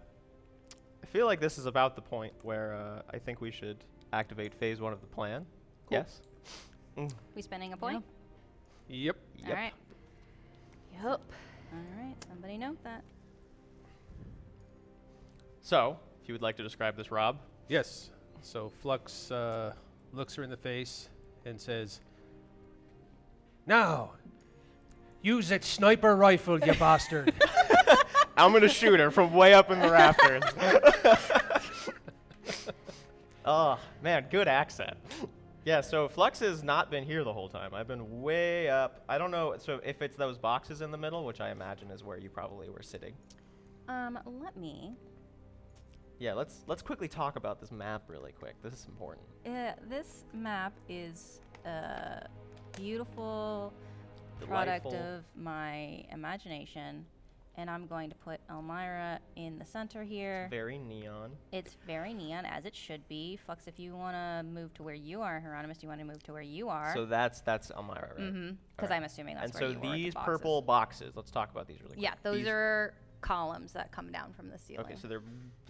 I feel like this is about the point where uh, I think we should activate phase one of the plan.
Cool.
Yes.
We spending a point?
Yep.
All right. Yup. All right. Somebody note that.
So, if you would like to describe this, Rob.
Yes. So Flux uh, looks her in the face and says, "Now, use that sniper rifle,
<laughs>
you bastard."
I'm gonna shoot her from way up in the rafters. <laughs> oh man, good accent. Yeah, so Flux has not been here the whole time. I've been way up. I don't know. So if it's those boxes in the middle, which I imagine is where you probably were sitting.
Um, let me.
Yeah, let's let's quickly talk about this map really quick. This is important.
Uh, this map is a beautiful
Delightful.
product of my imagination, and I'm going to put Elmira in the center here.
Very neon.
It's very neon, as it should be. Flux, if you want to move to where you are, Hieronymus, do you want to move to where you are?
So that's that's Elmira, right?
Mhm, 'cause I'm assuming that's
And
where
so
you were with the
these purple boxes. Let's talk about these really quick.
yeah, those
These-
are columns that come down from the ceiling.
Okay, so they're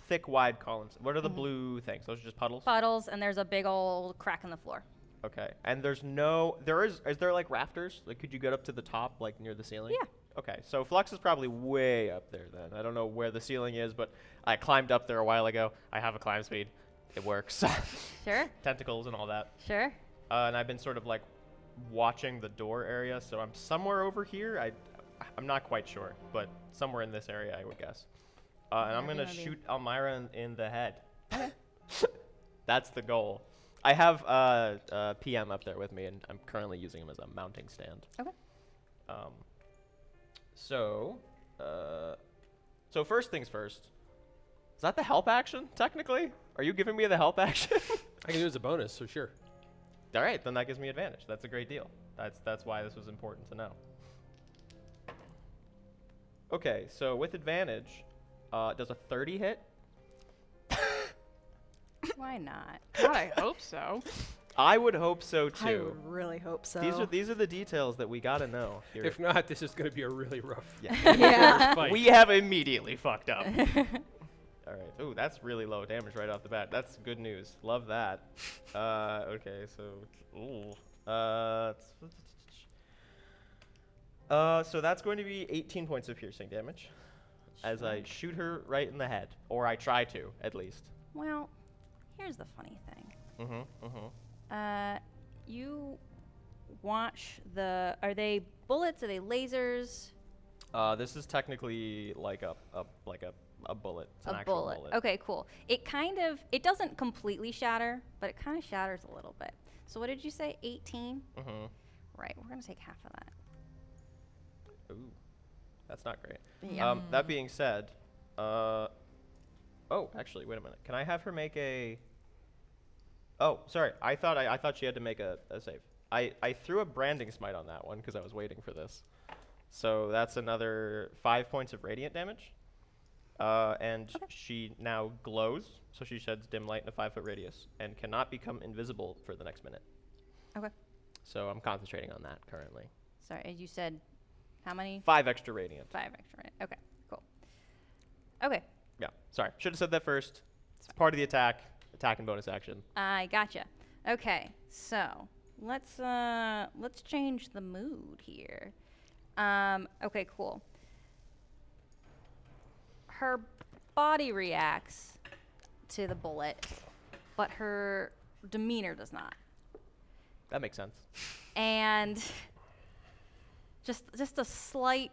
thick, wide columns. What
Mm-hmm.
are the blue things? Those are just puddles.
Puddles, and there's a big old crack in the floor.
Okay. And there's no there is is there like rafters? Like could you get up to the top like near the ceiling?
Yeah.
Okay. So Flux is probably way up there then. I don't know where the ceiling is, but I climbed up there a while ago. I have a climb speed. It works. <laughs>
Sure,
Tentacles and all that. <laughs>
sure.
Uh, and I've been sort of like watching the door area, so I'm somewhere over here. I I'm not quite sure, but somewhere in this area I would guess. Uh, and
Wherever
I'm
you
gonna
wanna be.
shoot Elmira in, in the head. That's the goal. I have uh, uh, PM up there with me, and I'm currently using him as a mounting stand.
Okay.
Um, so, uh, so first things first. Is that the help action? Technically, are you giving me the help <laughs> action?
I can do it as a bonus, so sure.
All right, then that gives me advantage. That's a great deal. That's that's why this was important to know. Okay, so with advantage, uh, does a 30 hit?
Why not?
God, I hope so.
I would hope so
I
too.
would really hope so.
These are <laughs> these are the details that we gotta know. Here.
If not, this is going to be a really rough
yeah.
yeah.
fight.
we have immediately
<laughs>
fucked up. All right. Ooh, that's really low damage right off the bat. That's good news. Love <laughs> that. Uh, okay, so ooh. Uh, uh, so that's going to be 18 points of piercing damage as I shoot her right in the head, or I try to, at least.
Well, here's the funny thing.
Mhm. Mhm.
Uh, you watch the. Are they bullets? Are they lasers?
Uh, this is technically like a, a like a, a bullet. It's an
a
actual
bullet. Okay, cool. It kind of. It doesn't completely shatter, but it kind of shatters a little bit. So what did you say? 18.
Mhm.
Right. We're gonna take half of that.
Ooh, that's not great.
Yeah.
Um, that being said, uh, oh, actually, wait a minute. Can I have her make a? Oh, sorry. I thought I, I thought she had to make a, a save. I, I threw a branding smite on that one because I was waiting for this. So that's another five points of radiant damage. Uh, and she now glows, so she sheds dim light in a five foot radius and cannot become invisible for the next minute.
Okay.
So I'm concentrating on that currently.
Sorry, you said how many?
Five extra radiant.
Five extra. right? Okay, cool. Okay,
Yeah, sorry. Should have said that first. It's part of the attack, attack and bonus action.
I gotcha. Okay, so let's uh let's change the mood here. Um, okay, cool. Her body reacts to the bullet, but her demeanor does not.
That makes sense.
And <laughs> just just a slight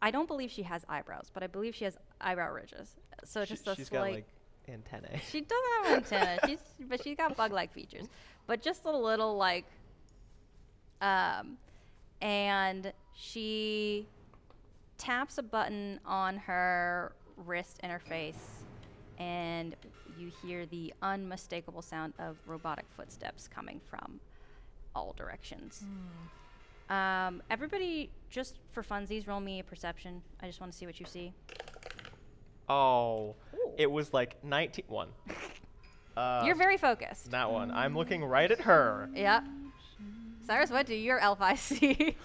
I don't believe she has eyebrows, but I believe she has eyebrow ridges. So
She-
just a
she's
slight
got like antennae.
<laughs> she doesn't have antenna. She's but she's got bug-like features, but just a little like. Um, and she taps a button on her wrist and her face, and you hear the unmistakable sound of robotic footsteps coming from all directions. Um, everybody, just for funsies, roll me a perception. I just want to see what you see.
Oh, it was like 19.
<laughs>
One. Uh,
You're very focused.
That one. I'm looking right at her.
Yep. Cyrus, what do your elf eyes <laughs> see?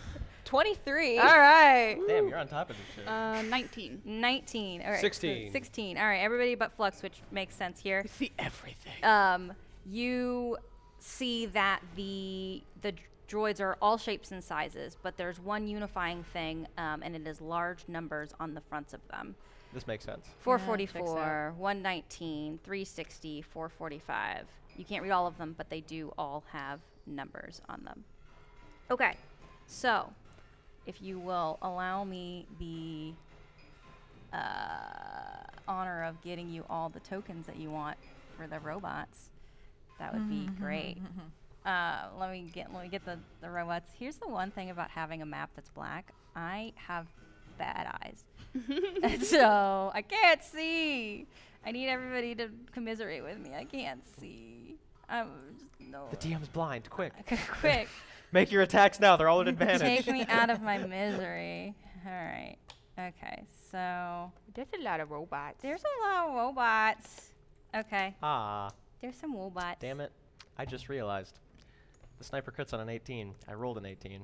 23.
All right.
Damn, you're on top of this shit.
<laughs> Uh, 19.
19. All right. so
16.
16. All right. Everybody but Flux, which makes sense here.
See everything.
Um, you see that the the dr- droids are all shapes and sizes, but there's one unifying thing, um, and it is large numbers on the fronts of them.
This makes sense.
444, 119, 360, 445. You can't read all of them, but they do all have numbers on them. Okay, so if you will allow me the uh, honor of getting you all the tokens that you want for the robots, that would be great. Uh, let me get let me get the, the robots. Here's the one thing about having a map that's black. I have bad eyes. <laughs> so I can't see. I need everybody to commiserate with me. I can't see. I'm just, no.
The DM's blind. Quick.
Quick,
Make your attacks now. They're all at advantage.
<laughs> take me out of my misery. All right. Okay. So
There's a lot of robots.
there's a lot of robots. Okay. <laughs>
ah,
There's some robots.
damn it. I just realized. The sniper crits on an 18. I rolled an 18.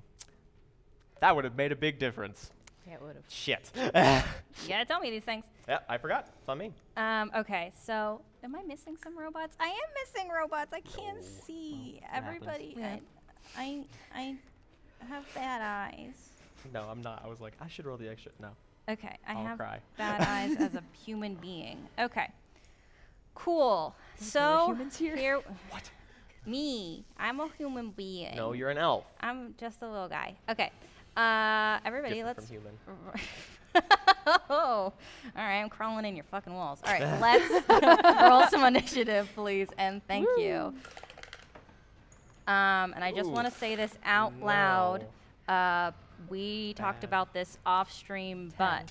That would have made a big difference.
Yeah, it would have.
Shit. <laughs>
You gotta tell me these things.
Yeah, I forgot. It's on me.
Um, okay, so am I missing some robots? I am missing robots. I can't see
happens.
everybody. I, I I have bad eyes.
No, I'm not. I was like, I should roll the extra. No,
Okay, I
I'll
have
cry.
bad eyes as a human being. Okay, cool. so
humans here? <laughs>
what? Me, I'm a human being.
No, you're an elf.
I'm just a little guy. Okay, uh, everybody,
Different
let's
from human.
<laughs> oh, all right. I'm crawling in your fucking walls. All right, let's roll some initiative, please, and thank you. Um, and I just want to say this out loud. Uh, we talked about this off stream, but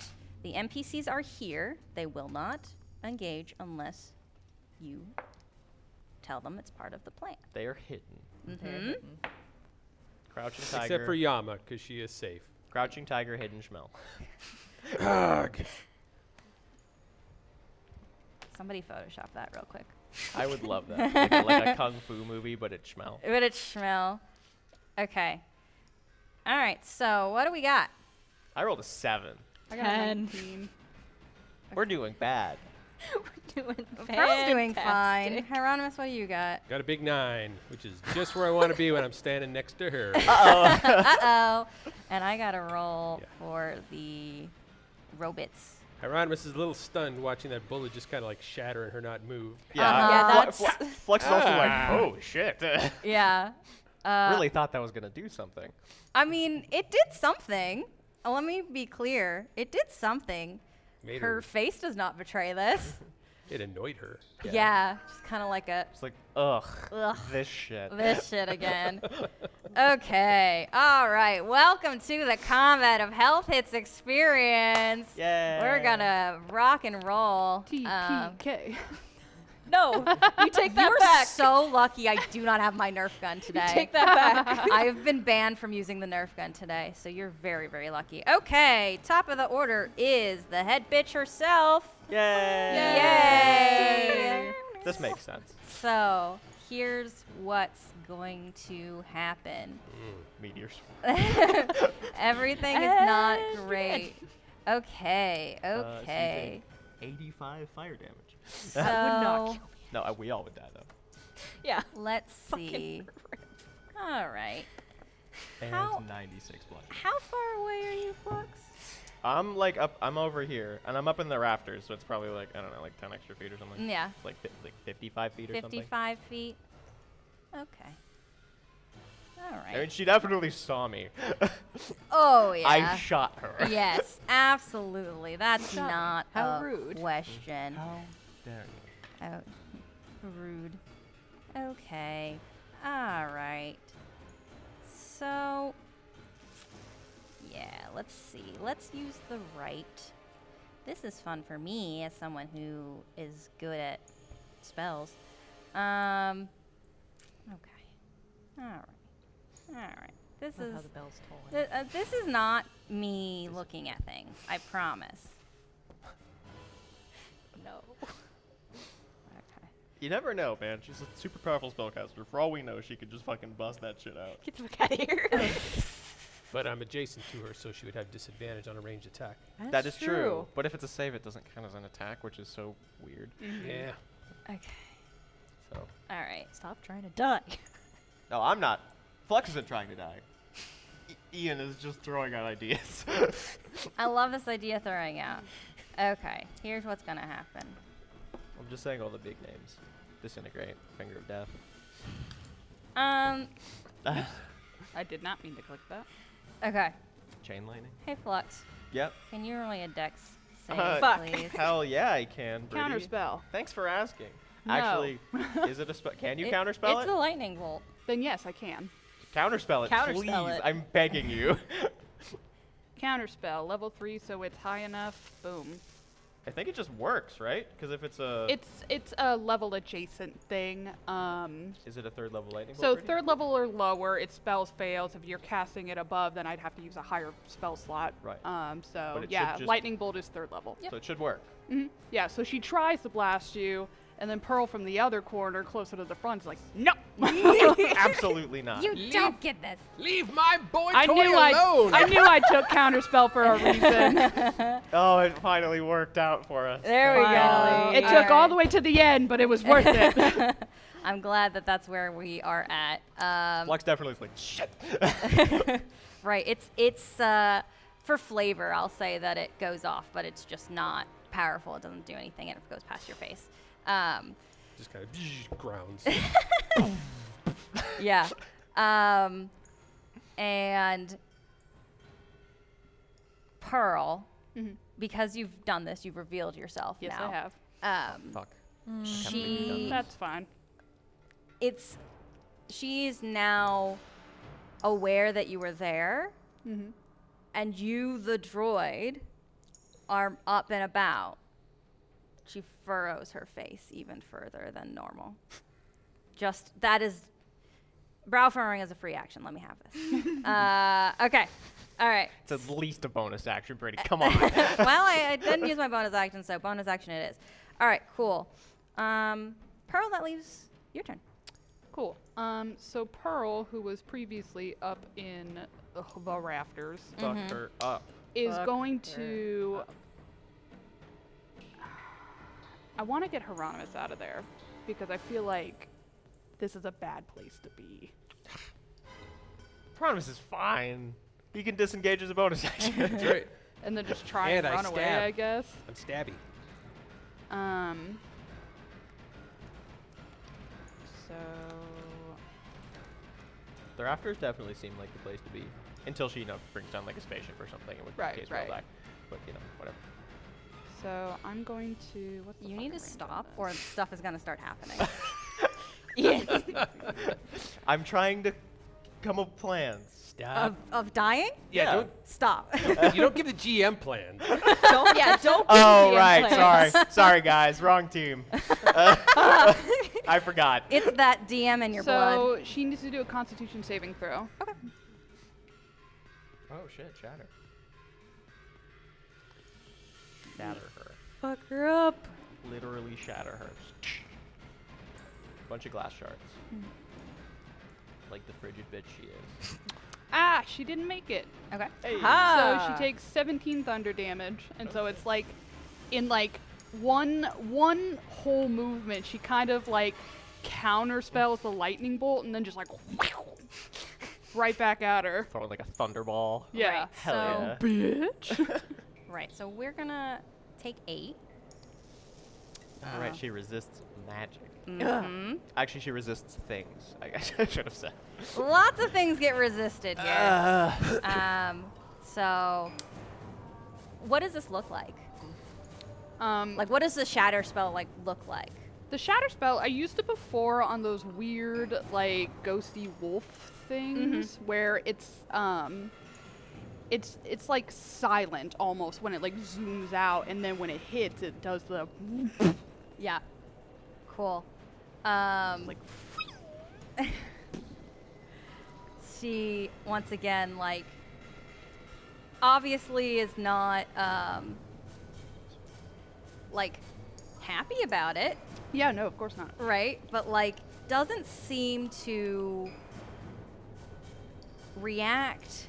the NPCs are here. They will not engage unless you tell them it's part of the plan.
They are hidden.
hmm
Crouching tiger.
Except for Yama, because she is safe.
crouching tiger, hidden smell.
Somebody Photoshop that real quick.
I would love
<laughs>
that. Like, a- like a kung fu movie, but it smell.
Would it smell? Okay. All right. So what do we got?
I rolled a seven.
I got a 19.
We're doing bad.
We're <laughs> doing
Pearl's doing fine.
fantastic.
Hieronymus, what do you got?
Got a big nine, which is just where I want to be when I'm standing next to her.
<laughs>
uh oh. And I got a roll
Yeah.
for the robits.
Hieronymus is a little stunned watching that bullet just kind of like shatter and her not move.
Yeah. Uh-huh.
Yeah,
Uh-huh. <laughs>
Fl- Fl- Flux is also like, oh <laughs> shit.
Yeah. Uh,
really thought that was gonna do something.
I mean, it did something. Uh, Let me be clear. It did something.
Made
Her
her,
face does not betray this.
it annoyed her.
yeah. Just kind of like a
It's like, ugh,
ugh.
this shit.
this shit again. Okay. All right. Welcome to the Combat of Health Hits experience.
Yeah.
We're going to rock and roll. Um,
TPK.
No,
<laughs>
you take that
You're
back.
so lucky I do not have my Nerf gun today.
<laughs> take that
<laughs>
back. <laughs>
I've been banned from using the Nerf gun today, so you're very, very lucky. Okay, top of the order is the head bitch herself. Yay! Yay!
This makes sense.
So here's what's going to happen.
Meteors.
<laughs> Everything is not
Ashton.
great. Okay,
Uh, so you take
okay.
85 fire damage.
so
No, uh, we all would die though.
yeah.
<laughs>
let's see. All right.
And
How-
96 blood.
How far away are you, Flux?
I'm like up. I'm over here, and I'm up in the rafters, so it's probably like I don't know, like 10 extra feet or something.
Yeah.
It's like fi- like 55 feet or something.
55 feet. Okay. All
I mean,
right.
she definitely saw me. <laughs>
Oh, yeah.
I shot her. <laughs>
yes, absolutely. That's
Shut up.
not
How
a
rude.
question.
How dare you?
Oh, rude. Okay. All right. So, yeah, let's see. Let's use the right. This is fun for me as someone who is good at spells. Um, okay. All right. All right. This
Love
is
how the bell's tolling.
Th- uh, this is not me looking at things. I promise.
No.
Okay.
You never know, man. She's a super powerful spellcaster. For all we know, she could just fucking bust that shit out.
Get the fuck out of here.
But I'm adjacent to her, so she would have disadvantage on a ranged attack.
That's
That is true. But if it's a save, it doesn't count as an attack, which is so weird.
Yeah.
Okay.
So.
All right.
Stop trying to
<laughs>
die.
No, I'm not. Flux isn't trying to die. I- Ian is just throwing out ideas. <laughs>
I love this idea throwing out. Okay. Here's what's gonna happen.
I'm just saying all the big names. Disintegrate, Finger of Death.
Um.
I did not mean to click that.
Okay.
<laughs> Chain lightning.
Hey, Flux.
Yep.
Can you roll me a dex save,
Uh,
Fuck.
please?
Hell yeah, I can. Brady.
Counterspell.
Thanks for asking.
No.
Actually, is it a spell? Can you
It-
counterspell
It's
it?
a lightning bolt.
Then yes, I can.
counterspell it,
Counterspell
please.
it.
I'm begging you. <laughs>
Counterspell, level three, so it's high enough. Boom.
I think it just works, right? Because if it's a,
It's it's a level adjacent thing. Um,
is it a third level lightning?
so
bolt, Brady?
third level or lower, it spells fails. If you're casting it above, then I'd have to use a higher spell slot.
Right.
Um, so
But it should
yeah,
just-
lightning bolt is third level.
So it should work.
Mhm. Yeah. So she tries to blast you, and then Pearl from the other corner, closer to the front, is like,
<laughs>
no.
Absolutely not.
You
Leave-
don't get this.
Leave my boy
I
toy
knew I,
alone.
I knew I took counterspell for a
<laughs>
reason.
Oh, it finally worked out for us.
There we
Finally.
go.
It took all the way to the end, but it was worth it.
I'm glad that that's where we are at. Um,
Flux definitely is like shit.
Right. It's it's uh, for flavor. I'll say that it goes off, but it's just not powerful. It doesn't do anything, and it goes past your face. Um,
Just kind of grounds.
yeah. Um, and Pearl, because you've done this, you've revealed yourself.
Mm-hmm. yes,
now.
I have.
have. Um,
Fuck.
she
That's fine.
it's she's now aware that you were there and you the droid are up and about she furrows her face even further than normal just that is brow furrowing is a free action let me have this uh, okay all right
It's at least a bonus action, Brady. Come on.
well, I, I didn't use my bonus action, so bonus action it is. All right, cool. Um, Pearl, that leaves your turn.
Cool. Um, so Pearl, who was previously up in ugh, the rafters,
Fuck her up.
is
Fuck
going to. <sighs> I want to get Hieronymus out of there because I feel like this is a bad place to be.
Promise is fine. He can disengage as a bonus action.
That's right.
And then just try
And
and,
I
run away,
stab.
I guess.
I'm stabby.
Um. So.
the rafters definitely seem like the place to be. Until she, you know, brings down like a spaceship or something, in which
Right,
case we'll all
right.
die. But you know, whatever.
So I'm going to. What's the
You need
fucking
to
range on
stop,
this?
or stuff is gonna start happening.
I'm trying to come up with plans.
of,
Stab.
of dying?
yeah.
yeah.
Stop.
Don't, <laughs> you don't give the GM plan.
don't, yeah, don't.
Oh
be
right,
<laughs>
implied. <laughs>
sorry, sorry guys, wrong team. I forgot.
It's that DM in your
so
blood.
she needs to do a Constitution saving throw. Okay.
Oh shit, shatter. Shatter her.
Fuck her up.
Literally shatter her. Bunch of glass shards.
Mm.
Like the frigid bitch she is.
Ah, she didn't make it.
Okay.
So she takes 17 thunder damage, and so it's like, in like one one whole movement, she kind of like counterspells the lightning bolt, and then just like, <laughs> right back at her.
Throwing like a thunderball.
Yeah.
Right,
Hell
so-
yeah.
Bitch.
Right. So we're gonna take eight.
Alright, she resists magic.
hmm
Actually, she resists things. I guess <laughs> I should have said.
Lots of things get resisted here. Um, so, what does this look like?
Um,
Like, what does the shatter spell like look like?
The shatter spell, I used it before on those weird, like, ghosty wolf things where it's um it's it's like silent almost when it like zooms out and then when it hits it does the
Yeah. Cool. Um,
like
<laughs> she once again like obviously is not um, like happy about it,
Yeah, no, of course not.
right? But like doesn't seem to react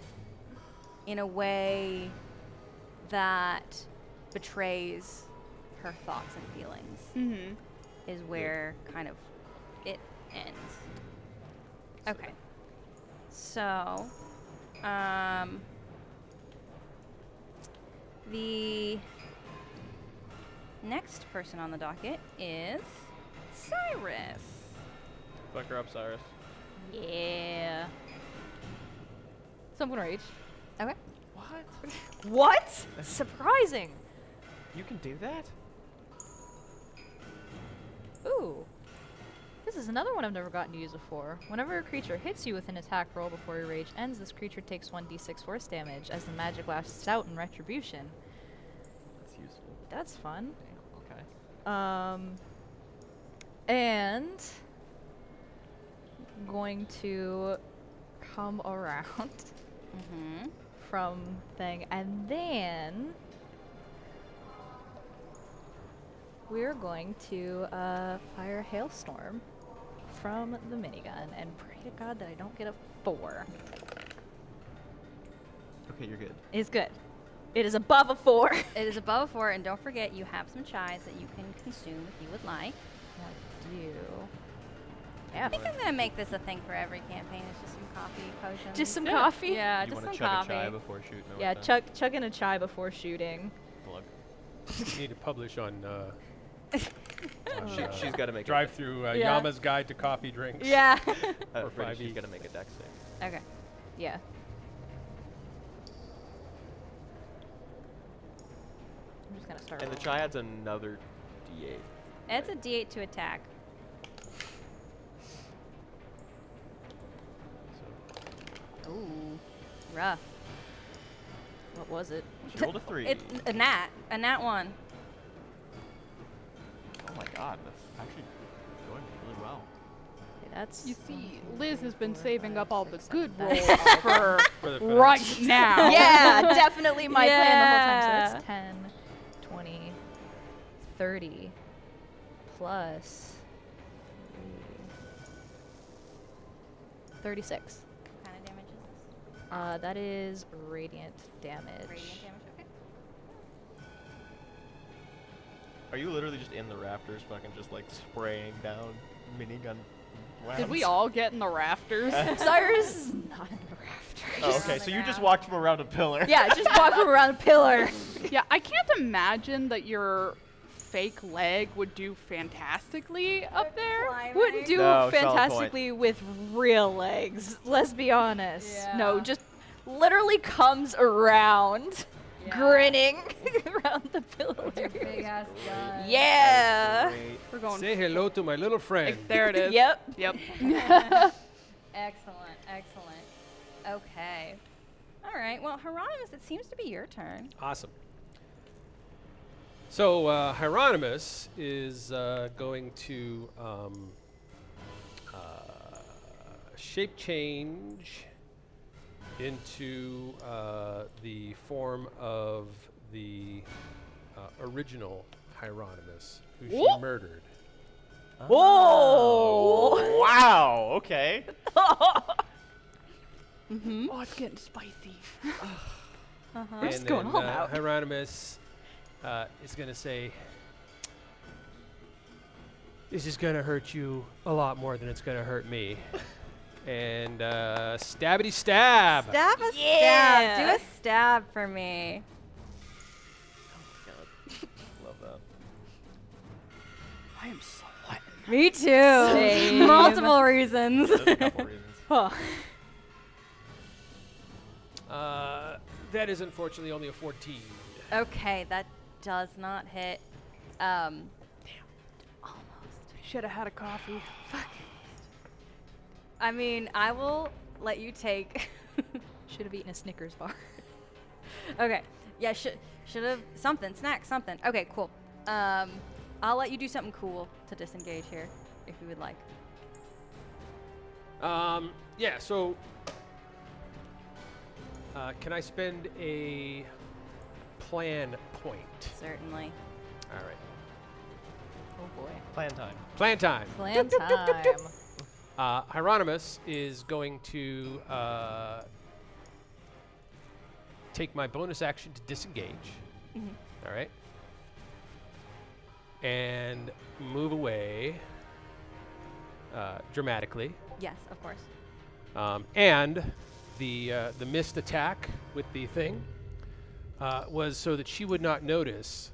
in a way that betrays her thoughts and feelings
Mm-hmm.
is where kind of it ends. Okay. So, um, the next person on the docket is Cyrus.
Fuck her up, Cyrus.
Yeah.
Someone rage.
Okay.
What?
What? Surprising.
You can do that?
Ooh. This is another one I've never gotten to use before. Whenever a creature hits you with an attack roll before your rage ends, this creature takes 1d6 force damage as the magic lasts out in retribution.
That's useful.
That's fun.
Okay.
Um, and going to come around <laughs>
Mm-hmm.
from thing, and then we're going to uh, fire hailstorm from the minigun, and pray to God that I don't get a four.
Okay, you're good.
It's good. It is above a four.
It is above four, and don't forget you have some chives that you can consume if you would like.
I do.
I
<laughs> Yeah.
think I'm gonna make this a thing for every campaign. It's just some coffee potions.
Uh, Just some coffee.
Yeah,
you
just
want
some
to chug
coffee.
a chai before shooting? or
Yeah.
whatnot?
Chug chugging a chai before shooting.
Plug.
You need to publish on uh, Oh.
She, she's got to make
Drive Through uh,
Yeah.
Yama's Guide to Coffee Drinks.
<laughs> Yeah.
A, uh,
or
Brady, she's
5e.
got to make a dex save.
Okay.
<laughs> yeah. I'm just gonna start.
And the
rolling.
chai adds another d8.
It's a D8 to attack. Ooh, rough.
What was it?
She rolled a three.
It's a nat, a nat one.
Oh my god, that's actually going really well.
Okay, that's.
You see, Liz has been saving up
all.
all the good rolls for
For the
right now.
<laughs> <laughs> yeah, definitely my plan the whole time. So
Yeah.
that's 10, 20, 30, plus 36.
What kind of damage is
Uh, that is radiant damage.
this? Radiant damage. Okay.
Are you literally just in the rafters, fucking just like spraying down minigun? rounds?
Did we all get in the rafters?
<laughs> Cyrus is not in the rafters.
Oh,
Just
okay,
on the
so you just
ground.
walked from around a pillar.
yeah, just walk from around a pillar.
Yeah, I can't imagine that your fake leg would do fantastically up there.
Wouldn't do
No, solid point.
fantastically with real legs, let's be honest. No,
Yeah.
just literally comes around, grinning <laughs> around the pillar.
Big ass gun.
Yeah.
We're going.
Say hello to my little friend.
Like, there it is.
Yep.
Yep.
Excellent, excellent. Okay. All right. Well, Hieronymus, it seems to be your turn.
Awesome. So uh, Hieronymus is uh, going to um, uh, shape change into uh, the form of the uh, original Hieronymus, who she murdered.
Whoa! Wow. Okay.
Oh, it's getting spicy.
Uh-huh.
And then, uh, Hieronymus uh, is going to say, This is going to hurt you a lot more than it's going to hurt <laughs> me. and uh, stabbity stab.
Stab a
Yeah.
stab. Do a stab for me.
Love that.
I am so what?
Me <laughs> too. Multiple reasons.
There's a couple <laughs> reasons.
Uh, that is unfortunately only a 14.
okay, that does not hit. Um,
Should have had a coffee.
I mean, I will let you take. <laughs>
Should have eaten a Snickers bar.
okay. Yeah, should should have something snack something. Okay, cool. Um, I'll let you do something cool to disengage here, if you would like.
Um, yeah, so uh, can I spend a plan point?
Certainly.
All right.
Oh boy.
Plan time.
Plan time.
Plan time.
Uh, Hieronymus is going to uh, take my bonus action to disengage.
Mhm.
All right. And move away uh, dramatically.
Yes, of course.
Um, and the uh, the missed attack with the thing uh, was so that she would not notice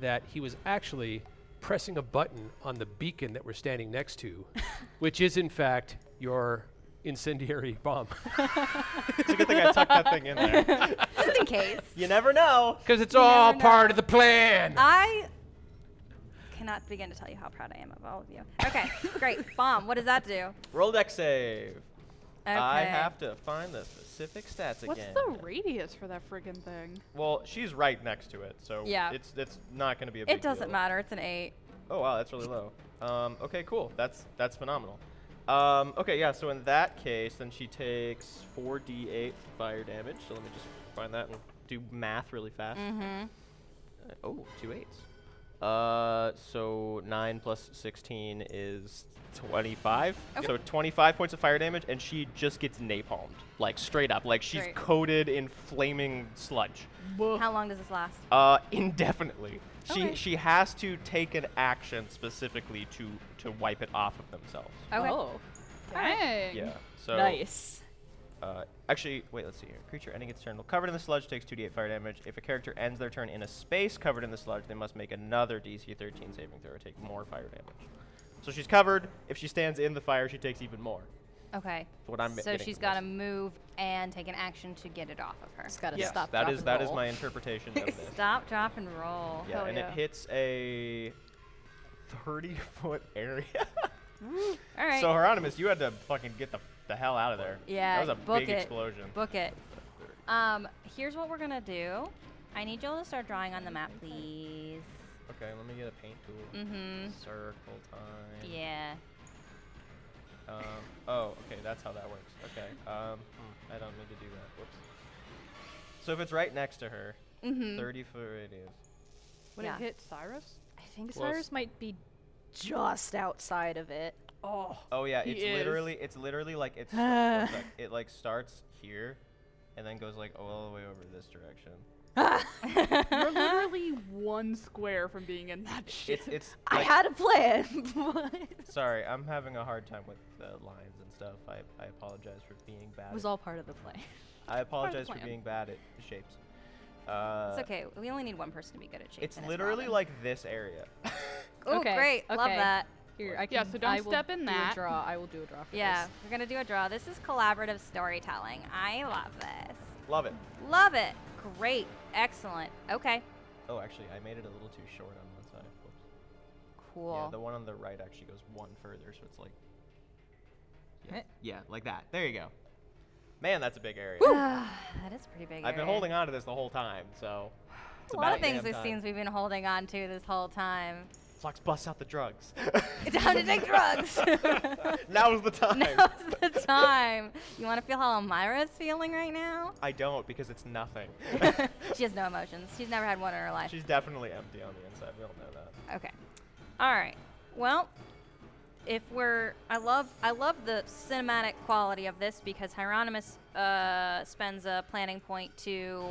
that he was actually pressing a button on the beacon that we're standing next
<laughs>
to, which is in fact your incendiary
<laughs>
bomb. <laughs>
It's a good thing I tucked that thing in there.
Just in case.
<laughs> You never know.
Because it's
You never
all
know.
part of the plan.
Oh.
I cannot begin to tell you how proud I am of all of you. Okay, great. Bomb. What does that do?
Roll deck save.
Okay.
I have to find the specific stats
What's
again.
the radius for that friggin' thing?
Well, she's right next to it, so
Yeah.
it's it's not going to be a big
It doesn't
deal.
matter. It's an eight.
Oh wow, that's really low. Um, okay, cool. That's that's phenomenal. Um, okay, yeah. So in that case, then she takes 4d8 fire damage. So let me just find that and do math really fast.
Mm-hmm.
Uh, oh, two eights. Uh, so nine plus 16 is 25.
Okay.
So 25 points of fire damage, and she just gets napalmed, like straight up, like she's
Great.
coated in flaming sludge.
How long does this last?
Uh, indefinitely. She
Okay.
she has to take an action specifically to to wipe it off of themselves.
Okay.
Oh,
Dang.
Yeah. So
nice.
uh, actually, wait. Let's see here. Creature ending its turn while covered in the sludge takes 2d8 fire damage. If a character ends their turn in a space covered in the sludge, they must make another DC 13 saving throw or take more fire damage. So she's covered. If she stands in the fire, she takes even more.
Okay.
What I'm
so
getting
she's
from this.
got to move and take an action to get it off of her.
Just gotta
Yes,
stop.
that
drop,
is
and
that is
roll.
my interpretation
<laughs>
of this.
Stop, drop, and roll.
Yeah,
Hell
and
yeah.
it hits a 30 foot area. <laughs>
All right.
So Hieronymus, you had to fucking get the, the hell out of there.
Yeah,
that was a
book
big
it.
explosion.
Book it. Um, here's what we're gonna do. I need y'all to start drawing on the map, please.
Okay, let me get a paint tool.
Mm-hmm.
Circle time.
Yeah.
Um, oh, okay, that's how that works. Okay. Um, I don't need to do that. Whoops. So if it's right next to her,
Mm-hmm.
30 foot radius.
Would
Yeah.
it hit Cyrus?
I think
Well, s-
Cyrus might be just outside of it. <laughs>
Oh.
Oh yeah,
He
it's
is.
literally it's literally like
<sighs>
it's one sec. it like starts here, and then goes like all the way over this direction.
You're literally one square from being in that shit.
<laughs>
It's it's
I
like-
had a plan. <laughs> but-
Sorry, I'm having a hard time with the lines and stuff. I, I apologize for being bad.
it was
at,
all part of the play.
I apologize for
plan.
being bad at shapes. Uh,
it's okay. We only need one person to be good at shape.
It's literally like this area.
Oh,
Okay,
great. Love
okay.
that.
Here, I can.
Yeah, so don't
I will
step in
do a
that.
draw. I will do a draw for
Yeah,
this.
we're gonna do a draw. This is collaborative storytelling. I love this.
Love it.
Love it. Great. Excellent. Okay.
Oh, actually, I made it a little too short on one side. Whoops. Yeah,
Cool.
the one on the right actually goes one further, so it's like. Yeah,
Right.
yeah like that. There you go. Man, that's a big
<sighs>
area.
that is pretty big.
I've been
area.
holding on to this the whole time, so
a lot of
about
things
damn
we've
time.
seen we've been holding on to this whole time. <laughs>
Flux busts out the drugs. <laughs>
Time to take drugs. <laughs>
Now's the time.
Now's the time. You want to feel how Elmira is feeling right now?
I don't because it's nothing. <laughs>
she has no emotions. She's never had one in her life.
She's definitely empty on the inside. We all know that.
Okay. All right. Well, if we're, I love, I love the cinematic quality of this because Hieronymus uh, spends a planning point to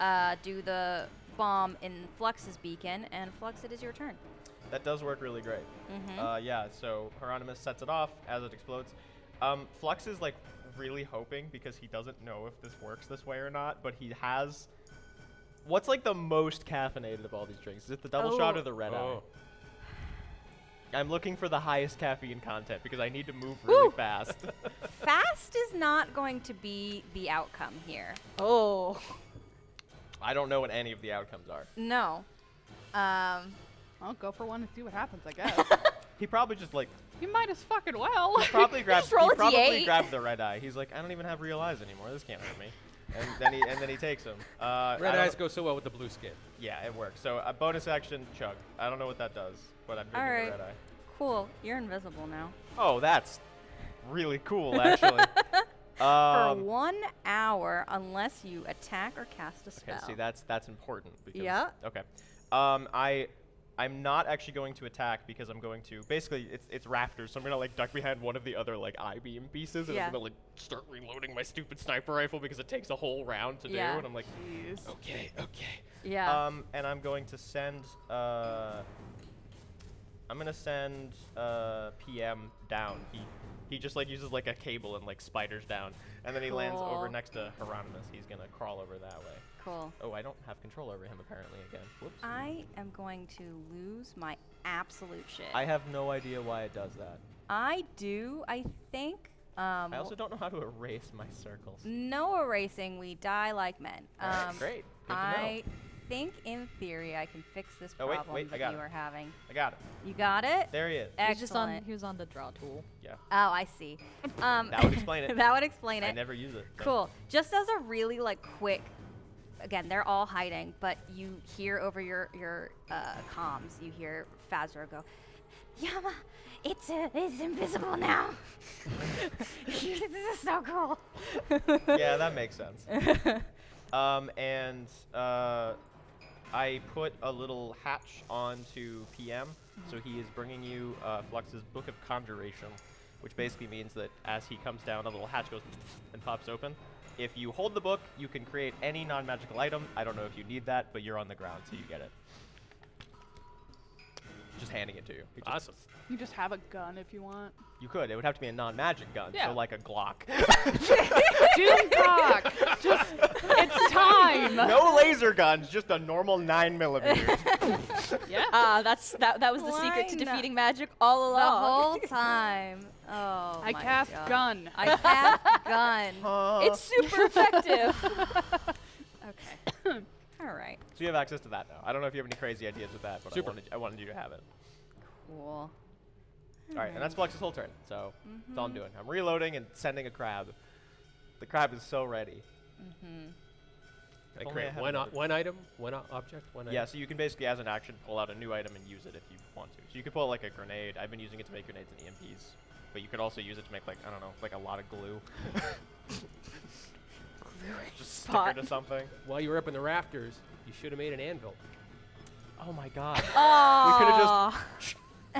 uh, do the bomb in Flux's beacon, and Flux, it is your turn.
That does work really great.
Mhm.
Uh, yeah, so Hieronymus sets it off as it explodes. Um, Flux is like really hoping because he doesn't know if this works this way or not, but he has. What's like the most caffeinated of all these drinks? Is it the double shot
Oh.
or the red
Oh.
eye? I'm looking for the highest caffeine content because I need to move really
Woo.
fast.
<laughs> Fast is not going to be the outcome here.
Oh.
I don't know what any of the outcomes are.
No. Um,
I'll go for one and see what happens,
<laughs>
I guess.
He probably just like
you might as fucking well.
He probably grabbed.
Just roll
he
a
probably
D8.
grabbed the red eye. He's like, I don't even have real eyes anymore. This can't hurt me. And then he and then he takes him. Uh,
Red
I don't-
eyes go so well with the blue skin.
Yeah, it works. So a bonus action chug. I don't know what that does, but I'm drinking
Alright.
the red eye.
cool. You're invisible now.
Oh, that's really
<laughs>
cool, actually. um,
For one hour, unless you attack or cast a spell.
okay, see that's that's important. Because,
Yeah.
Okay. Um, I. I'm not actually going to attack because I'm going to basically it's it's rafters, so I'm gonna like duck behind one of the other like I beam pieces and
Yeah.
I'm gonna like start reloading my stupid sniper rifle because it takes a whole round to
Yeah.
do and I'm like
Jeez.
Oh.
Okay, okay.
Yeah.
Um, and I'm going to send. Uh, I'm gonna send uh, PM down. He he just like uses like a cable and like spiders down, and then he lands over
Cool.
next to Hieronymus. He's gonna crawl over that way.
cool.
Oh, I don't have control over him apparently again. Whoops.
I am going to lose my absolute shit.
I have no idea why it does that.
I do, I think. Um,
I also don't know how to erase my circles.
no erasing, we die like men.
Alright,
Um,
great. Good to know.
I think in theory I can fix this
Oh,
problem
wait, wait, I
that
got
you
it.
are having.
I got it.
You got it?
There he is.
He was just on
Excellent.
he was on the draw tool.
Yeah.
Oh, I see. Um,
That would explain
<laughs>
it.
that would explain
I
it.
never use it. so-
Cool. Just as a really like quick, again, they're all hiding, but you hear over your your uh, comms, you hear Fazro go, "Yama, it's uh, it's invisible now. <laughs> this is so cool."
yeah, that makes sense. um, and uh, I put a little hatch onto PM, so he is bringing you uh, Flux's Book of Conjuration, which basically means that as he comes down, a little hatch goes and pops open. If you hold the book, you can create any non-magical item. I don't know if you need that, but you're on the ground, so you get it. Just handing it to you. He just-
Awesome.
You just have a gun if you want.
You could. It would have to be a non-magic gun,
Yeah.
so like a Glock.
Doom cock.
<laughs>
Just it's time.
no laser guns, just a normal nine millimeter.
Yeah.
Ah, that's that that was the secret to
Why not?
defeating magic all
The
along.
whole time. Oh,
I
my
cast
God.
gun.
I cast gun.
<laughs>
it's <laughs> super effective.
Okay.
<coughs>
All right.
So you have access to that now. I don't know if you have any crazy ideas with that, but
Super.
I wanted I wanted you to have it.
Cool.
All right, and that's Flux's whole turn. So that's all I'm doing. I'm reloading and sending a crab. The crab is so ready.
I
only I
create
had
one, o-
another-
one item, one o- object, one
Yeah,
item.
so you can basically, as an action, pull out a new item and use it if you want to. So you could pull like a grenade. I've been using it to make grenades and EMPs, but you could also use it to make like I don't know, like a lot of glue. <laughs> Just stick her
Pot.
to something.
While you were up in the rafters, you should have made an anvil.
Oh my god!
Oh.
We could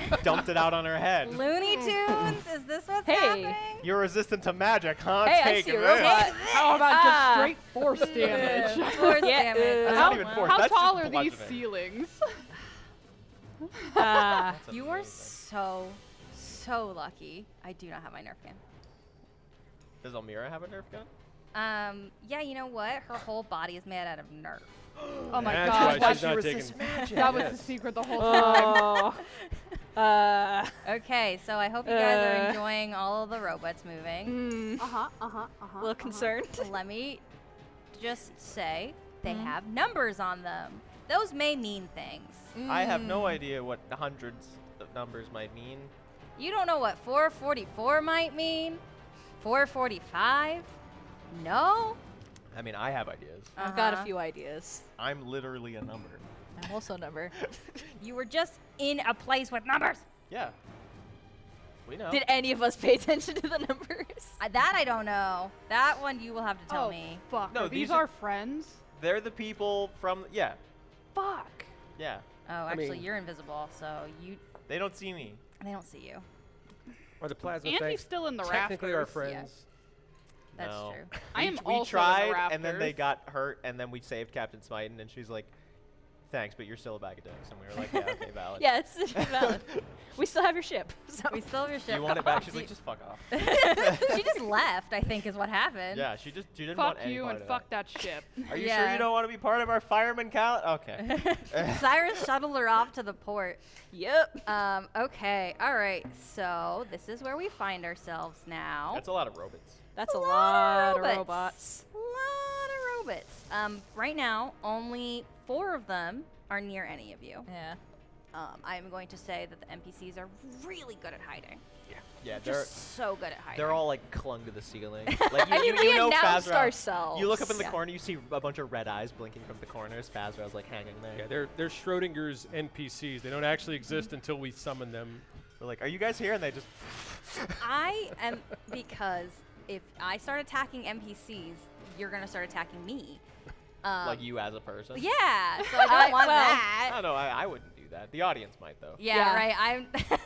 have just <laughs> dumped it out on her head.
Looney Tunes. Is this what's
Hey.
happening?
You're resistant to magic, huh?
Hey, I
Take
see a
this.
robot. <laughs>
How about
Ah.
just straight force damage?
Force
Yeah,
damage.
uh,
That's
How,
not even force.
how
that's just
tall are these
bludgeoning.
ceilings?
Ah.
That's
You are
amazing.
so, so lucky. I do not have my Nerf gun.
Does Elmira have a Nerf gun?
Um, yeah, you know what? Her whole body is made out of Nerf.
Oh my
That's
god,
why
that,
she's not taking. <laughs>
that was the
Yes.
secret the whole
Uh-huh,
time.
uh,
Okay, so I hope you guys are
Uh.
enjoying all of the robots
<laughs>
moving.
mm,
Uh huh,
uh-huh,
uh huh, uh
a little concerned.
Let me just say they
Mm-hmm.
have numbers on them. Those may mean things.
Hmm.
Mm.
I have no idea what the hundreds of numbers might mean.
You don't know what 444 might mean? 445? No?
I mean, I have ideas.
I've got a
Uh-huh.
few ideas.
I'm literally a number.
I'm also a number.
You were just in a place with numbers.
Yeah. We know.
Did any of us pay attention to the numbers? <laughs>
Uh, that I don't know. That one you will have to tell
oh,
me.
fuck.
No,
are these
these
are
are-
friends?
They're the people from. Yeah.
Fuck.
Yeah.
Oh, actually,
mean-
you're invisible, so you
They don't see me.
they don't see
<laughs>
you.
Or the plasma
and he's
things.
still in the
Technically, our
rafters.
friends.
That's
No.
true.
I
We-
am
we
also in the
tried, and then they
rafters.
got hurt, and then we saved Captain Smyton, and she's like, "Thanks, but you're still a bag of dicks." And we were like, "Yeah,
<laughs>
okay, valid."
yeah, it's valid. we still have your ship. So.
We still have your ship.
Do you want it back? She's
Do
<laughs>
like, "Just fuck off."
you- she just left. I think is what happened.
yeah, she just she didn't want
Fuck
any
you
part
and
of
fuck that ship.
that. Are you sure
Yeah.
you don't want to be part of our fireman cal?
<laughs>
Okay. <laughs>
Cyrus shuttled her off to the port.
yep.
Um, okay, all right. So this is where we find ourselves now.
That's a lot of robots.
That's a
lot
lot
of
of robots.
lot of robots. Um, right now, only four of them are near any of you.
Yeah.
Um, I am going to say that the NPCs are really good at hiding.
Yeah, they're
Just so good at hiding.
they're all like clung to
<laughs>
the ceiling. Like you,
I mean,
you,
we
you know
announced
Fazra.
ourselves.
You look up in the
Yeah.
corner, you see a bunch of red eyes blinking from the corners. Fazra's like hanging there.
Yeah, they're they're Schrodinger's NPCs. They don't actually exist until we summon them.
We're like, "Are you guys here?" And they just
I am because if I start attacking NPCs, you're gonna start attacking me. Um,
<laughs> like you as a person.
Yeah. So I
<laughs>
don't
I-
want
well- oh,
I
that.
don't know. I, I wouldn't do that. The audience might though.
Yeah,
Yeah.
Right. I'm. <laughs>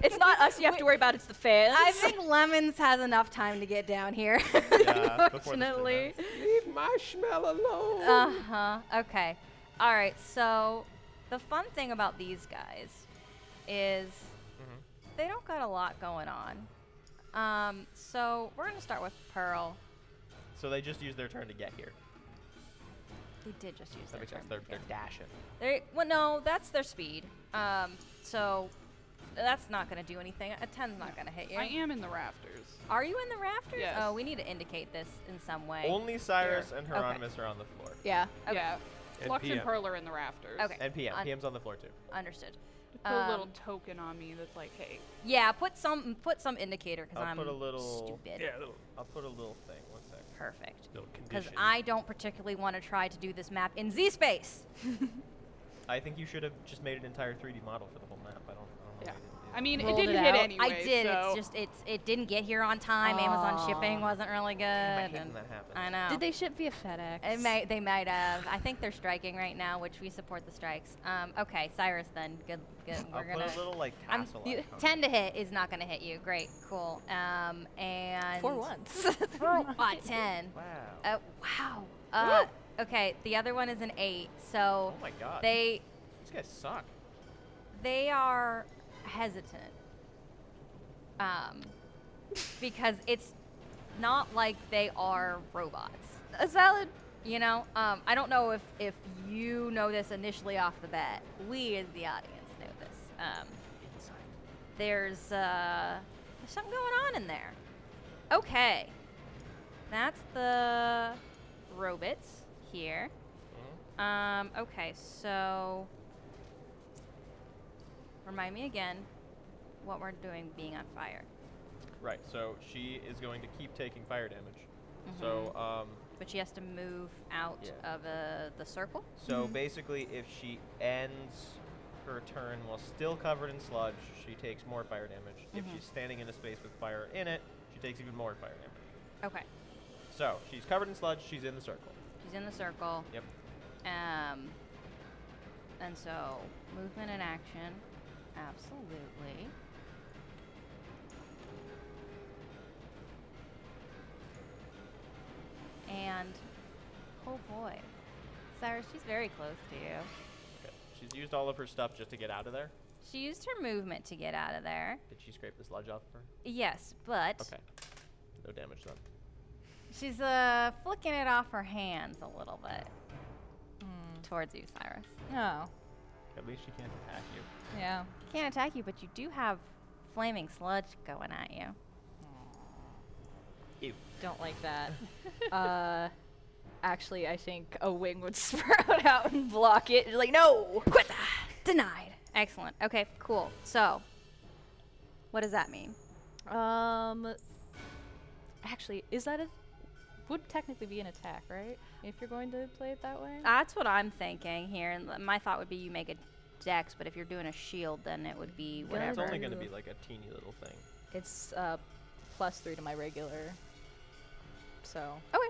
It's not us you have to worry about, it's the fans.
I think Lemons has enough time to get down here. <laughs>
Yeah, before this thing
unfortunately.
Leave my smell alone.
Uh huh. Okay. All right. So the fun thing about these guys is
Mm-hmm.
they don't got a lot going on. Um, so we're gonna start with Pearl.
So they just use their turn to get here.
They did just use
That
their
makes sense.
turn
They're,
to
they're
get-
dashing.
They well, no, that's their speed. Um, so that's not gonna do anything. A ten's not gonna hit you.
I am in the rafters.
Are you in the rafters?
Yes.
Oh, we need to indicate this in some way.
Only Cyrus and
Okay.
Hieronymus are on the floor.
yeah.
Okay.
Yeah. Flux and
PM.
Pearl are in the rafters.
Okay.
And PM.
Un-
PM's on the floor too.
Understood.
Put a little
Um,
token on me that's like, hey,
yeah, put some put some indicator because
I'll
I'm
put a little-
stupid.
I'll put a little thing. One sec.
Perfect.
Little
Because
condition.
I don't particularly want to try to do this map in Z space.
I think you should have just made an entire 3D model for the whole map. I don't, I don't know.
Yeah.
why you
I mean,
didn't do
it
Rolled it
didn't hit
out. I
anyway.
I did.
So
It's just it's it didn't get here on time. Amazon shipping
Aw.
wasn't really good.
that. I hate
and
when that happens.
I know.
Did they ship via FedEx?
It may, they might have. I think they're striking right now, which we support the strikes. Um, okay, Cyrus. Then good. good.
I'll
We're
put
gonna.
a little like
I'm-
tassel.
you-
icon.
Ten to hit is not gonna hit you. Great. Cool. Um, and
For
<laughs>
<laughs> once.
For uh, ten.
Wow.
Uh, wow. Uh, okay. The other one is an eight. So
oh my god.
they
These guys suck.
they are hesitant. Um, because it's not like they are robots.
That's valid.
You know, um, I don't know if, if you know this initially off the bat. We, as the audience, know this. Um, there's, uh, there's something going on in there. Okay. That's the robots here. Um, okay, so remind me again what we're doing being on fire.
Right. So she is going to keep taking fire damage. So
Mm-hmm.
um,
But she has to move out
Yeah.
of uh, the circle.
so basically, if she ends her turn while still covered in sludge, she takes more fire damage. If
Mm-hmm.
she's standing in a space with fire in it, she takes even more fire damage.
Okay.
So she's covered in sludge. She's in the circle.
She's in the circle.
Yep.
Um, and so movement and action, absolutely. And oh boy, Cyrus, she's very close to you.
Okay. She's used all of her stuff just to get out of there.
She used her movement to get out of there.
Did she scrape the sludge off of her?
Yes, but
Okay. No damage done.
she's uh flicking it off her hands a little bit Hmm. towards you, Cyrus.
No.
At least she can't attack you.
Oh, Yeah.
Can't attack you, but you do have flaming sludge going at you.
Don't like that. <laughs> uh, actually, I think a wing would <laughs> sprout out and block it. Like, no! Quit that!
Denied. Excellent. Okay, cool. So, what does that mean?
Um, actually, is that a would technically be an attack, right? If you're going to play it that way.
That's what I'm thinking here. And l- my thought would be you make a dex, but if you're doing a shield, then it would be whatever.
It's only going to be like a teeny little thing.
It's uh, plus three to my regular. So
Okay.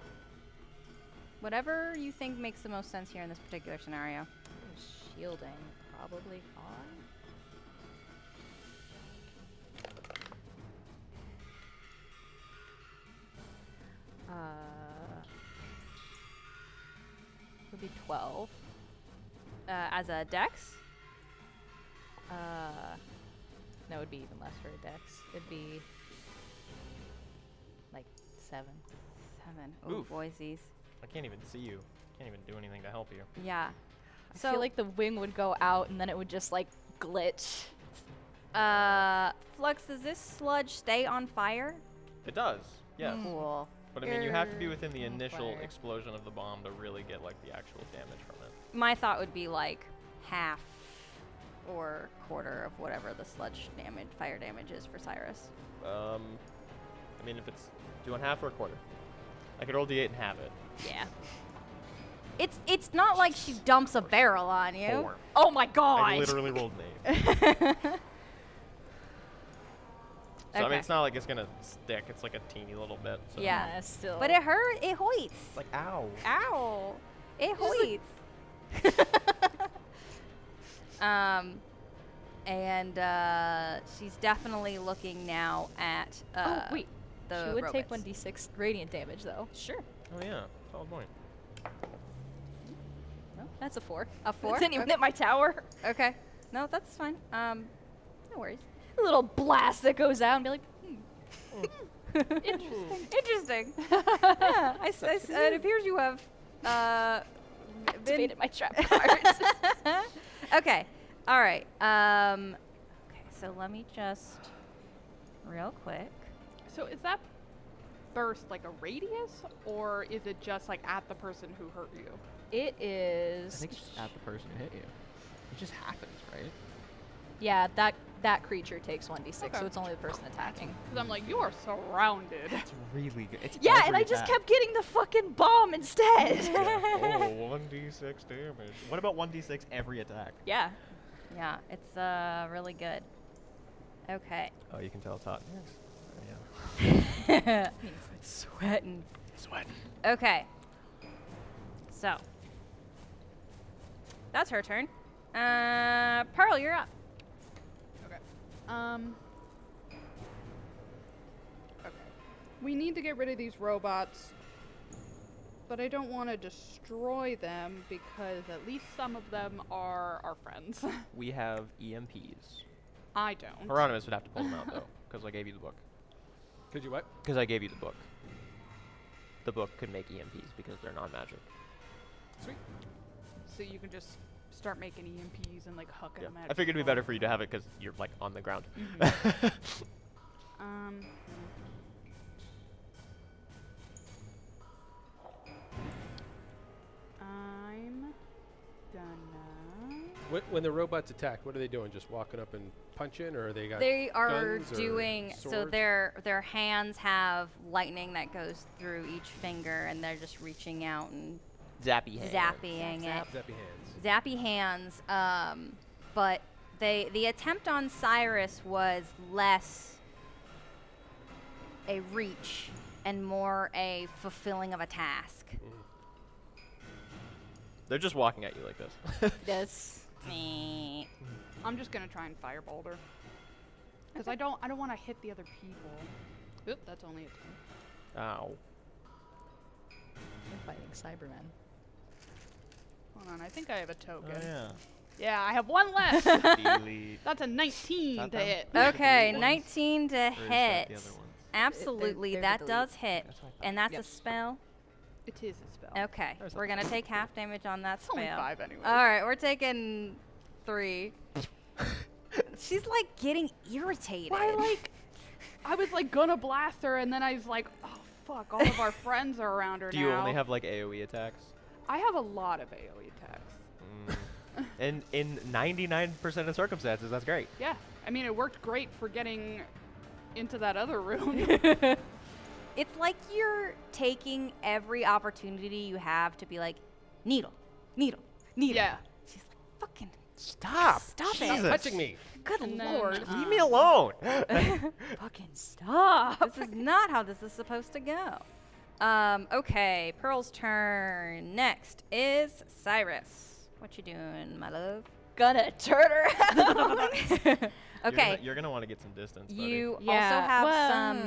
Whatever you think makes the most sense here in this particular scenario.
shielding probably on. Uh, would be twelve.
Uh, as a dex?
Uh, no, it'd be even less for a dex. It'd be like seven.
Seven. Oh,
Oof.
Boise's.
I can't even see you. Can't even do anything to help you.
Yeah.
I feel like the wing would go out and then it would just like glitch.
Uh, Flux, does this sludge stay on fire?
It does. Yes.
Cool.
But I mean, you have to be within the
Err,
initial
Hmm. fire.
explosion of the bomb to really get like the actual damage from it.
My thought would be like half or quarter of whatever the sludge damage, fire damage is for Cyrus.
Um, I mean, if it's do you want half or a quarter? I could roll d8 and have it.
Yeah. It's it's not like she dumps a barrel on you.
Four.
Oh my god.
I literally rolled
<laughs>
an eight. So I mean,
Okay.
it's not like it's gonna stick. It's like a teeny little bit. So.
yeah.
Yeah, still.
But it hurt. It hoits.
It's like ow.
Ow. It hoits. <laughs> um, and uh, she's definitely looking now at. Uh,
oh wait,
The
she would
robots.
take one d6 radiant damage though.
Sure.
Oh yeah, solid point.
That's a four.
A four?
Didn't even
Okay.
hit my tower.
Okay. No, that's fine. Um, no worries.
A little blast that goes out and be like, hmm.
Interesting. Interesting. <laughs> yeah, I s- I s- it appears you have uh, been.
activated
<laughs>
my trap cards.
okay. All right. Um, okay. So let me just real quick.
So is that burst like a radius, or is it just like at the person who hurt you?
it
I
is.
think it's just at the person who hit you. It just happens, right?
yeah, that that creature takes one d6,
Okay.
so it's only the person attacking.
Because I'm like, you are surrounded.
It's really good. It's
Yeah, and
every
I just
attack.
kept <laughs> getting the fucking bomb <laughs> instead.
oh, 1d6 damage. What about 1d6 every attack?
yeah.
Yeah, it's uh really good.
<laughs>
Okay.
Oh, you can tell it's hot. Oh, Yeah.
Sweating.
Sweating.
Okay. So that's her turn. Uh, Pearl, you're up.
Um. Okay. We need to get rid of these robots, but I don't want to destroy them because at least some of them are our friends. <laughs>
We have E EMPs.
I don't.
Hieronymus would have to pull them out though, because I gave you the book.
Could you what?
Because I gave you the book. The book could make EMPs because they're non-magic.
So you can just start making EMPs and like hucking them at
I figured it'd be better for you to have it because you're like on the ground.
people. Um. I'm gonna.
Wh- When the robots attack, what are they doing? Just walking up and punching, or they got?
They are
guns or
doing so.
swords?
Their their hands have lightning that goes through each finger, and they're just reaching out and
Zappy
zapping it.
zappy hands.
zappy hands. Um, but they the attempt on Cyrus was less a reach and more a fulfilling of a task.
They're just walking at you like this. <laughs>
Yes.
Mm.
Meh.
I'm just gonna try and firebolt her. Cause I don't, I don't want to hit the other people. Oop, that's only a ten.
Ow.
You're fighting Cybermen.
Hold on, I think I have a token.
Oh, yeah.
Yeah, I have one
<laughs>
left.
Delete.
that's a 19
That
to
them?
hit.
<laughs>
Okay,
Ones.
19 to
Or is that
hit.
the other ones?
Absolutely,
they're the
that
delete.
does hit,
That's what I thought.
and that's
Yep.
a spell.
It is a spell.
Okay,
There's
we're
a-
gonna take half damage on that
It's
spell.
only five anyway.
All right, we're taking
<laughs>
three. She's like getting irritated.
Why, like, I was like gonna blast her, and then I was like, oh fuck, all
<laughs>
of our friends are around her
<laughs> Do
now.
you only have like AoE attacks?
I have a E lot of AOE attacks.
And in 99% of circumstances, that's great.
<laughs>
Yeah, I mean it worked great for getting into that other room.
It's like you're taking every opportunity you have to be like, needle, needle, needle. Yeah. She's like, fucking
Stop.
Stop it.
Jesus. touching me.
Good
And then,
lord.
uh,
<gasps> Leave me <laughs> alone.
<laughs> fucking
Ah,
stop. This is not how this is supposed to go. Um, okay, Pearl's turn. Next is Cyrus. What you doing, my
<laughs>
love? <laughs> Gonna turn her around.
You're gonna-
okay.
You're gonna want to get some distance. buddy.
You also
Yeah,
have
well,
some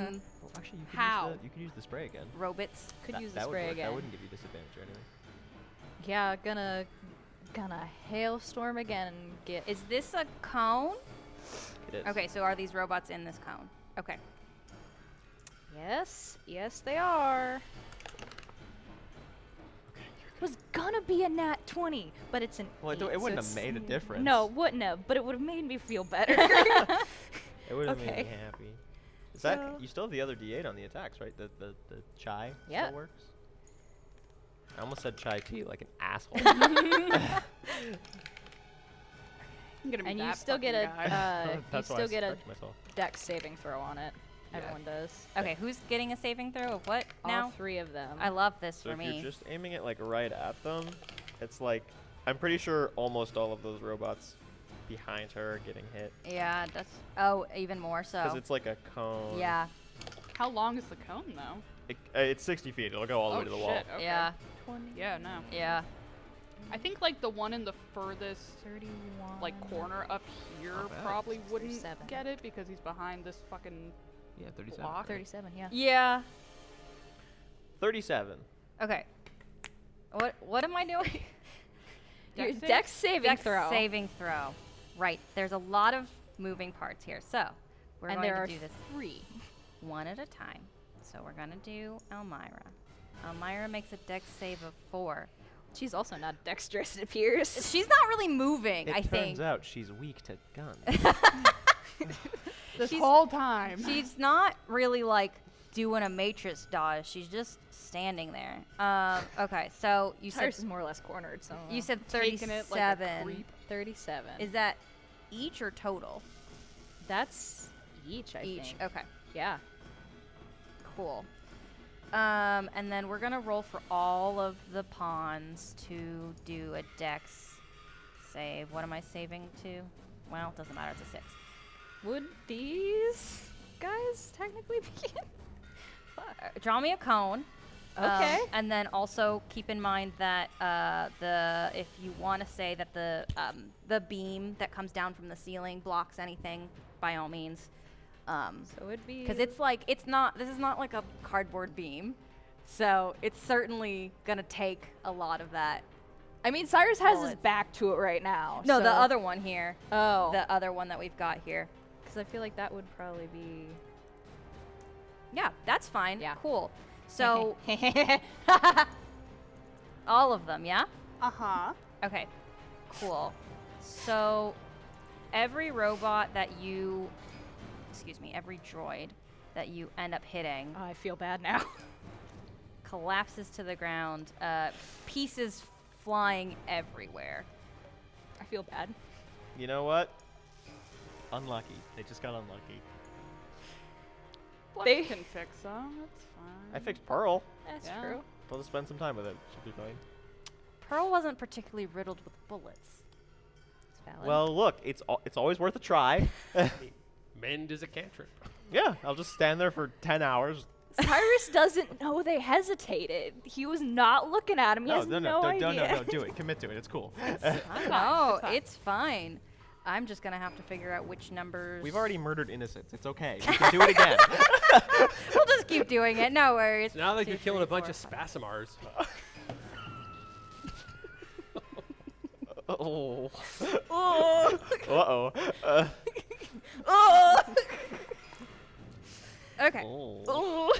Well, actually, you could
How?
Use the, you could use the spray again.
robots.
Could
That-
use the
that would
spray
work.
again.
That wouldn't give you disadvantage or anything.
<laughs> Yeah, gonna gonna hailstorm again and get
Is this a cone?
It is.
Okay, so are these robots in this cone? Okay.
Yes, yes they are. Was gonna be a nat 20, but it's an
Well, it,
eight,
don't- it
so
wouldn't have
it's-
made a difference.
No, wouldn't have, but it would have made me
<laughs>
feel better. <laughs>
It would have
okay.
made me happy. Is that
So-
you still have the other D8 on the attacks, right? The the, the chai
Yep.
still works. I almost said chai tea like an asshole.
I'm gonna be
and you
that
still get a
fucking guy.
<laughs>
uh, you
That's why I
still get a
corrected myself.
deck saving throw on it. Everyone does.
Okay, who's getting a saving throw of what now?
All three of them.
I love this
So
for
if
me.
you're just aiming it like right at them, it's like I'm pretty sure almost all of those robots behind her are getting hit
yeah, that's oh, even more
because
so.
it's like a cone.
Yeah,
<laughs> How long is the cone though?
It, uh, it's 60 feet. It'll go all the
oh
way to the
shit.
wall.
Okay.
yeah,
Yeah. No.
yeah.
I think like the one in the furthest
31.
like corner up here
Not bad.
probably wouldn't
37.
get it because he's behind this fucking
Yeah, 37.
block.
37, yeah.
Yeah.
37.
Okay. What what am I doing? <laughs>
Dex
Your
save?
deck saving
Dex
throw.
saving throw. Right. There's a lot of moving parts here. So we're
and
going
there
to
are
do this
three.
one at a time. So we're gonna do Elmira. Elmira makes a dex save of four.
She's also not dexterous, it appears.
She's not really moving,
It
I
turns
think.
out she's weak to guns.
This
She's-
whole time.
She's not really like doing a matrix dodge. She's just standing there. Um, okay, so you said
Cyrus is more or less cornered, so. uh,
you said
Taking
thirty-seven.
it like a creep.
37.
Is that each or total?
That's each, I
each.
think.
Okay,
Yeah.
cool. Um, and then we're gonna roll for all of the pawns to do a dex save. What am I saving to? Well, it doesn't matter. It's a six.
Would these guys technically <laughs> be in?
Uh, draw me a cone. Um,
Okay.
and then also keep in mind that uh, the if you want to say that the um, the beam that comes down from the ceiling blocks anything, by all means, because
So it'd be.
it's like it's not this is not like a cardboard beam, so it's certainly gonna take a lot of that.
I mean, Cyrus has his
bullets.
back to it right now.
No,
so-
the other one here,
Oh.
the other one that we've got here.
Because I feel like that would probably be.
Yeah, that's fine.
Yeah.
Cool. So <laughs>
I
all of them, yeah.
Uh
uh-huh.
huh.
Okay, cool. So every robot that you, excuse me, every droid that you end up hitting
Oh, feel bad now. <laughs>
collapses to the ground, uh, pieces flying everywhere.
I feel bad.
you know what? Unlucky. They just got unlucky.
Flex
They-
can fix them. It's fine.
I fixed Pearl.
That's
Yeah.
true.
We'll just spend some time with it. Should be fine.
Pearl wasn't particularly riddled with bullets.
It's valid.
Well, look, it's al- it's always worth a try.
Mend is a cantrip.
yeah, I'll just stand there for 10 hours.
<laughs> Cyrus doesn't know they hesitated. He was not looking at him. He has
Oh, no,
no,
no, don't-
idea.
don't- no, no, do it. Commit to it. It's <laughs> cool.
Oh, it's fine. I'm just gonna have to figure out which numbers.
We've already murdered innocents. It's okay. We can do it <laughs> again.
<laughs> we'll just keep doing it. No worries.
It's not like
Two,
you're killing a
three,
bunch
four,
of
<laughs>
spasmars.
oh.
<laughs>
Uh-oh. Uh <laughs>
five. <laughs> Okay.
<laughs>
oh.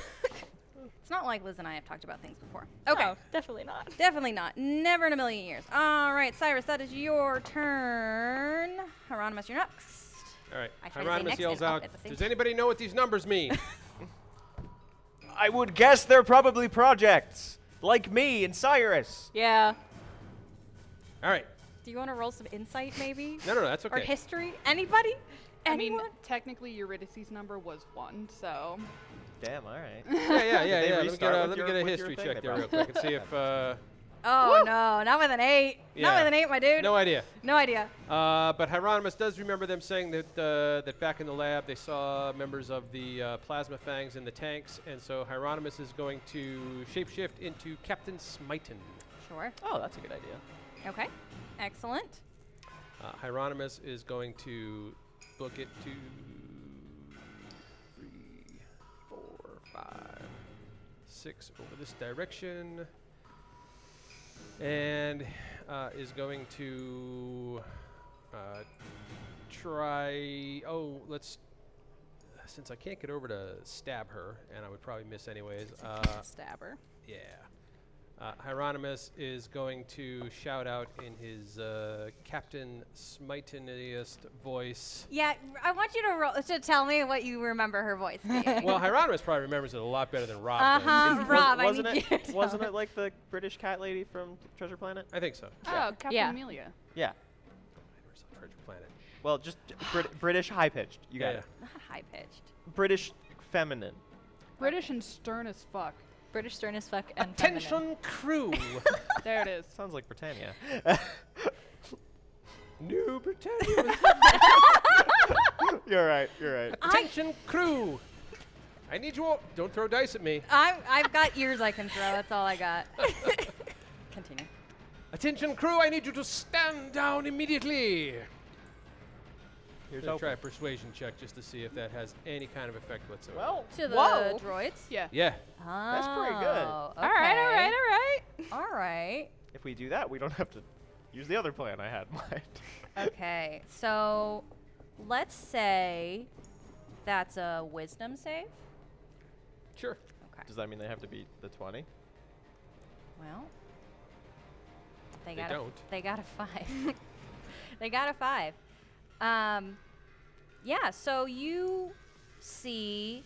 It's not like Liz and I have talked about things before. Okay.
No, definitely not.
Definitely not. Never in a million years. All right, Cyrus, that is your turn. Hieronymus, you're next.
All right.
I tried to say
Hieronymus
next
yells
and up
out,
at the same
Does
time."
anybody know what these
<laughs>
numbers mean?
I would guess they're probably projects like me and Cyrus.
Yeah.
All right.
Do you want to roll some insight, maybe?
No, no, no. That's okay.
Or history? Anybody?
I mean,
Anyone?
technically Eurydice's number was one, so
Damn, all right.
Yeah, yeah,
Did
yeah,
they
yeah. Let me
restart
get a,
with
let
your-
me get a
with your
history
thing?
check
They
there real
probably-
quick and
<laughs>
see if. Uh,
Oh no, not with an eight. Not
Yeah.
with an eight, my dude.
no idea.
No idea.
Uh, but Hieronymus does remember them saying that uh, that back in the lab they saw members of the uh, plasma fangs in the tanks, and so Hieronymus is going to shapeshift into Captain Smiten.
Sure.
<laughs> Oh, that's a good idea.
Okay. Excellent.
Uh, Hieronymus is going to book it to three, four, five, six over this direction, and uh, is going to uh, try. Oh, let's. Since I can't get over to stab her, and I would probably miss anyways. Uh,
Stabber.
yeah. Uh, Hieronymus is going to shout out in his uh, Captain Smitiniest voice.
Yeah, I want you to roll, to tell me what you remember her voice
<laughs>
being.
well, Hieronymus probably remembers it a lot better than Rob. does.
Uh-huh.
Was-
Rob, I
wasn't
need you
it
to
wasn't it like the British cat lady from Treasure Planet?
I think so.
Oh, Captain
Yeah.
Amelia.
Yeah.
Members of Treasure Planet.
Well, just Brit- British high pitched. You got
Yeah,
it.
Not high pitched.
British feminine.
British and stern as fuck.
British stern as fuck and feminine.
Attention crew!
There it is. <laughs>
Sounds like <laughs> Britannia.
New Britannia!
you're right. You're right.
Attention crew! I need you all. Don't throw dice at me.
I'm, I've got ears I can throw. That's all I got. Continue.
Attention crew, I need you to stand down immediately!
Here's
Gonna try a
hope.
persuasion check just to see if that has any kind of effect whatsoever.
Well,
To the
Whoa.
droids.
Yeah.
yeah.
Oh,
That's pretty good.
All right, all right, all
okay.
right.
All right.
if we do that, we don't <laughs> have to use the other plan I had in <laughs> mind.
Okay. So, let's say that's a wisdom save.
Sure.
Okay.
Does that mean they have to beat the 20?
Well, they,
They
got a,
don't.
they got a five. <laughs> they got a five. Um, yeah. So you see,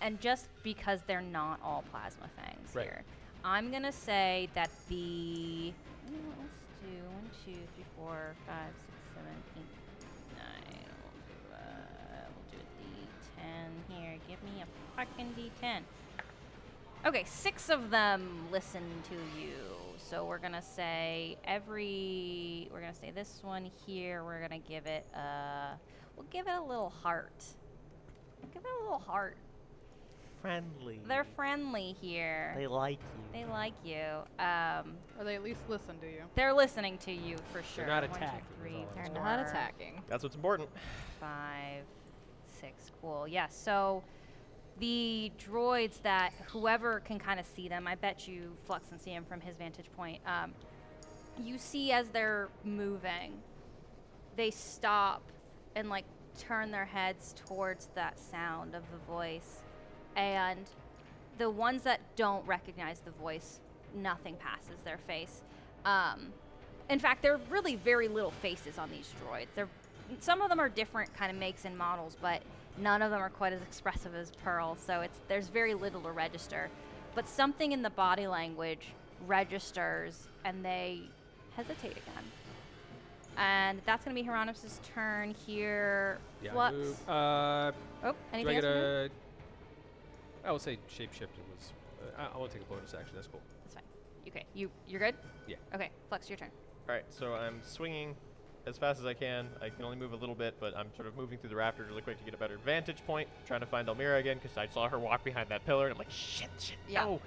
and just because they're not all plasma fangs
Right.
here, I'm gonna say that the mm, let's do one, two, three, four, five, six, seven, eight, nine. We'll do, uh, we'll do a D10 here. Give me a fucking D10. Okay, six of them listen to you. So we're gonna say every. We're gonna say this one here. We're gonna give it a. We'll give it a little heart. We'll give it a little heart.
Friendly.
They're friendly here.
like
Mm. They, like you. Um,
Or they at least listen to you.
they're listening to you for sure.
not
One, two,
attacking, is
three,
all I'm
They're
four,
not attacking.
That's what's important.
five, six. Cool. Yeah. So the droids that whoever can kind of see them, I bet you Flux can see him from his vantage point. Um, you see as they're moving, they stop and like turn their heads towards that sound of the voice, and the ones that don't recognize the voice, nothing passes their face. Um, in fact, there are really very little faces on these droids. They're, some of them are different kind of makes and models, but none of them are quite as expressive as Pearl. So it's there's very little to register, but something in the body language registers, and they hesitate again. And that's going to be Hieronymus' turn here.
Yeah, I
Flux.
move. Uh,
Oh,
do I
anything
get
else? from you?
a? I will say shapeshifting was. Uh, I- I won't take a bonus action. That's cool.
That's fine. Okay, you you're good.
Yeah.
Okay, Flux, your turn.
All right, so I'm swinging as fast as I can. I can only move a little bit, but I'm sort of moving through the rafters really quick to get a better vantage point. Trying to find Elmira again because I saw her walk behind that pillar, and I'm like, shit, shit,
Yeah.
no.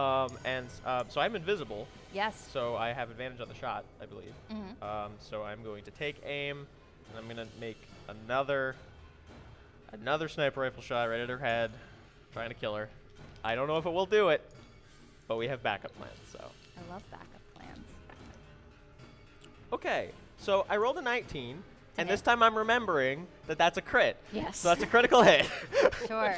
Um, and uh, so I'm invisible,
Yes.
so I have advantage on the shot, I believe.
hmm
Um, so I'm going to take aim, and I'm going to make another another sniper rifle shot right at her head, trying to kill her. I don't know if it will do it, but we have backup plans. So
I love backup <laughs> plans.
okay, so I rolled a 19, and this time I'm remembering that that's a crit.
Yes.
So that's a critical hit. <laughs>
Sure.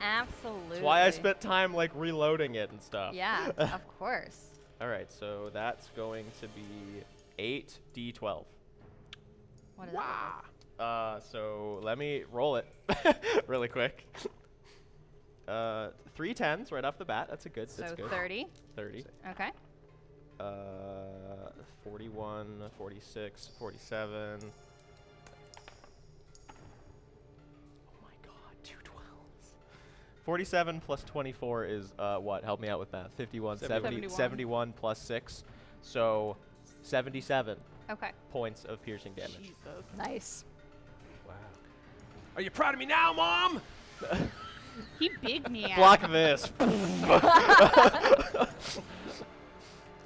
Absolutely.
That's why I spent time like reloading it and stuff.
Yeah, <laughs> of course.
All right, so that's going to be eight d12.
What is
Wow. Uh, so let me roll it <laughs> really quick. Uh, three tens right off the bat. That's a good.
that?
That's
So
good.
30.
30.
Okay.
Uh, 41, 46, 47. Oh Oh my god, two 12s. 47 plus 24 is uh, what? Help me out with that. 51, 70,
71.
71 plus 6. So 77
Okay.
points of piercing damage.
Jesus.
Nice.
Wow. Are you proud of me now, Mom?
He big me <laughs> out.
Block this. <laughs>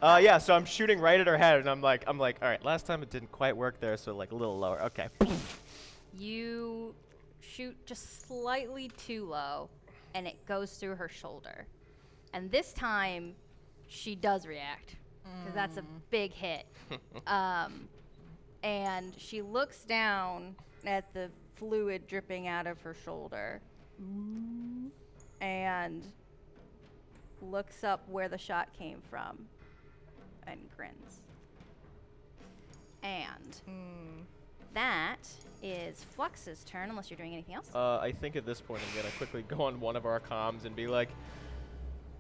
uh, yeah, so I'm shooting right at her head, and I'm like, I'm like, all right, last time it didn't quite work there, so like a little lower. Okay.
You shoot just slightly too low, and it goes through her shoulder. And this time, she does react because that's a big hit. um, and she looks down at the fluid dripping out of her shoulder, and looks up where the shot came from, and grins. And that is Flux's turn, unless you're doing anything else.
Uh, I think at this point I'm gonna quickly go on one of our comms and be like,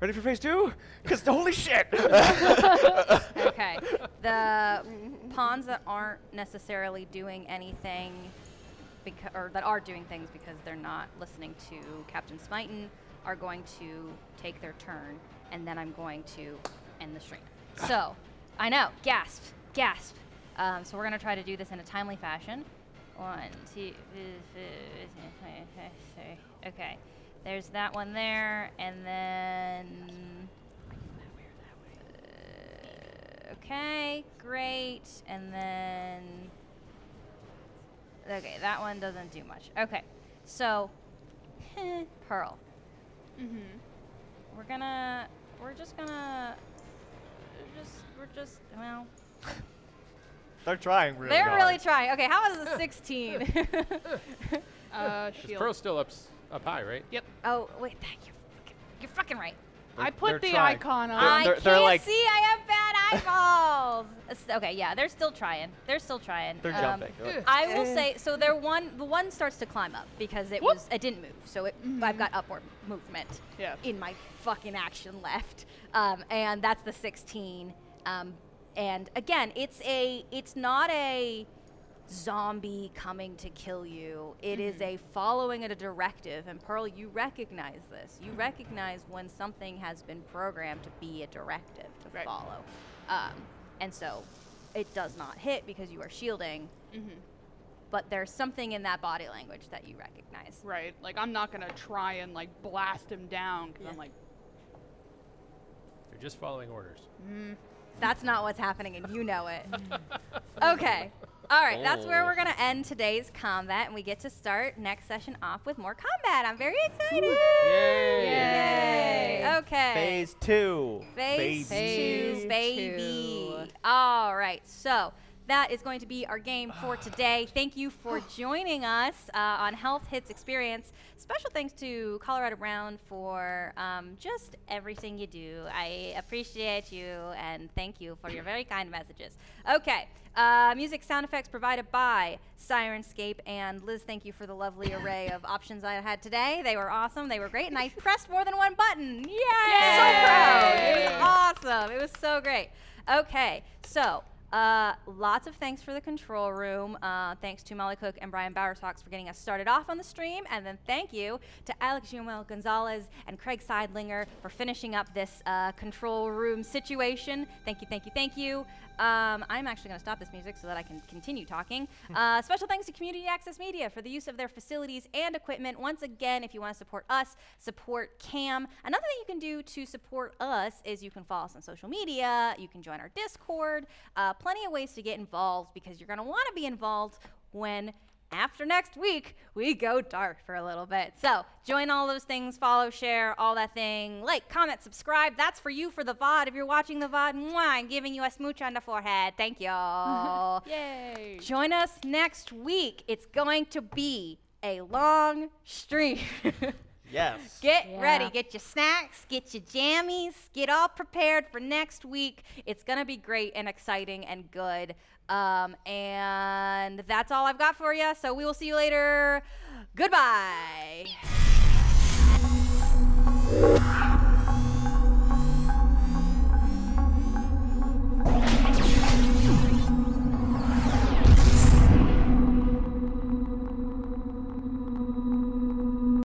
Ready for phase two? Because holy shit!
<laughs>
okay. The pawns that aren't necessarily doing anything, because or that are doing things because they're not listening to Captain Smiten, are going to take their turn, and then I'm going to end the stream. so, I know. Gasp! Gasp! Um, so we're gonna try to do this in a timely fashion. One, two, okay. There's that one there, and then uh, okay, great. And then. Okay, that one doesn't do much. Okay, so. <laughs> Pearl.
Mm-hmm.
We're gonna. We're just gonna. Just. We're just. Well.
they're trying really
they're
hard.
really trying. Okay, how
<laughs>
about the 16?
Uh,
Is
shield.
Pearl's still up, s- up high, right?
Yep.
oh, wait. That, you're, fucking, you're fucking right.
I
they're
put the
trying.
icon on.
I
they're-
can't
they're like-
see. I have
<laughs>
bad eyeballs. It's- okay, yeah, they're still trying. They're still trying.
They're
Um,
jumping. They're like,
I will say so. There one the one starts to climb up because it
Whoop.
was it didn't move, so it, I've got upward movement
Yeah.
in my fucking action left, um, and that's the 16. Um, and again, it's a it's not a zombie coming to kill you. It is
Mm-hmm.
a following at a directive. And Pearl, you recognize this.
Mm-hmm.
You recognize when something has been programmed to be a directive to
Right.
follow. Um, and so it does not hit because you are shielding. But there's something in that body language that you recognize.
Right. Like I'm not gonna try and like blast him down because I'm like,
They're just following orders.
That's not what's happening, and you know
<laughs>
it. okay. All right, that's where we're going to end today's combat, and we get to start next session off with more combat. I'm very excited. Yay. Okay.
phase two.
Phase,
Phase
two,
two.
baby. All right, so that is going to be our game for today. Thank you for joining us uh, on Health Hits Experience. Special thanks to Colorado Brown for um, just everything you do. I appreciate you and thank you for your very kind messages. Okay, uh, music sound effects provided by Sirenscape and Liz. Thank you for the lovely array of options I had today. They were awesome. They were great, and I pressed more than one button. Yay! So proud. It was awesome. It was so great. Okay, so uh, lots of thanks for the control room. Uh, thanks to Molly Cook and Brian Bowersox for getting us started off on the stream. And then thank you to Alex Jumel Gonzalez and Craig Seidlinger for finishing up this uh, control room situation. Thank you, thank you, thank you. Um, I'm actually going to stop this music so that I can continue talking. uh, special thanks to Community Access Media for the use of their facilities and equipment. Once again, if you want to support us, support CAM. Another thing you can do to support us is you can follow us on social media, you can join our Discord, uh, plenty of ways to get involved because you're going to want to be involved when after next week we go dark for a little bit so join all those things follow share all that thing like comment subscribe that's for you for the vod if you're watching the vod mwah, i'm giving you a smooch on the forehead thank y'all
yay.
Join us next week. It's going to be a long stream. <laughs>
Yes.
get
Yeah.
ready. Get your snacks, get your jammies, get all prepared for next week. It's going to be great and exciting and good. Um, and that's all I've got for you. So we will see you later. Goodbye.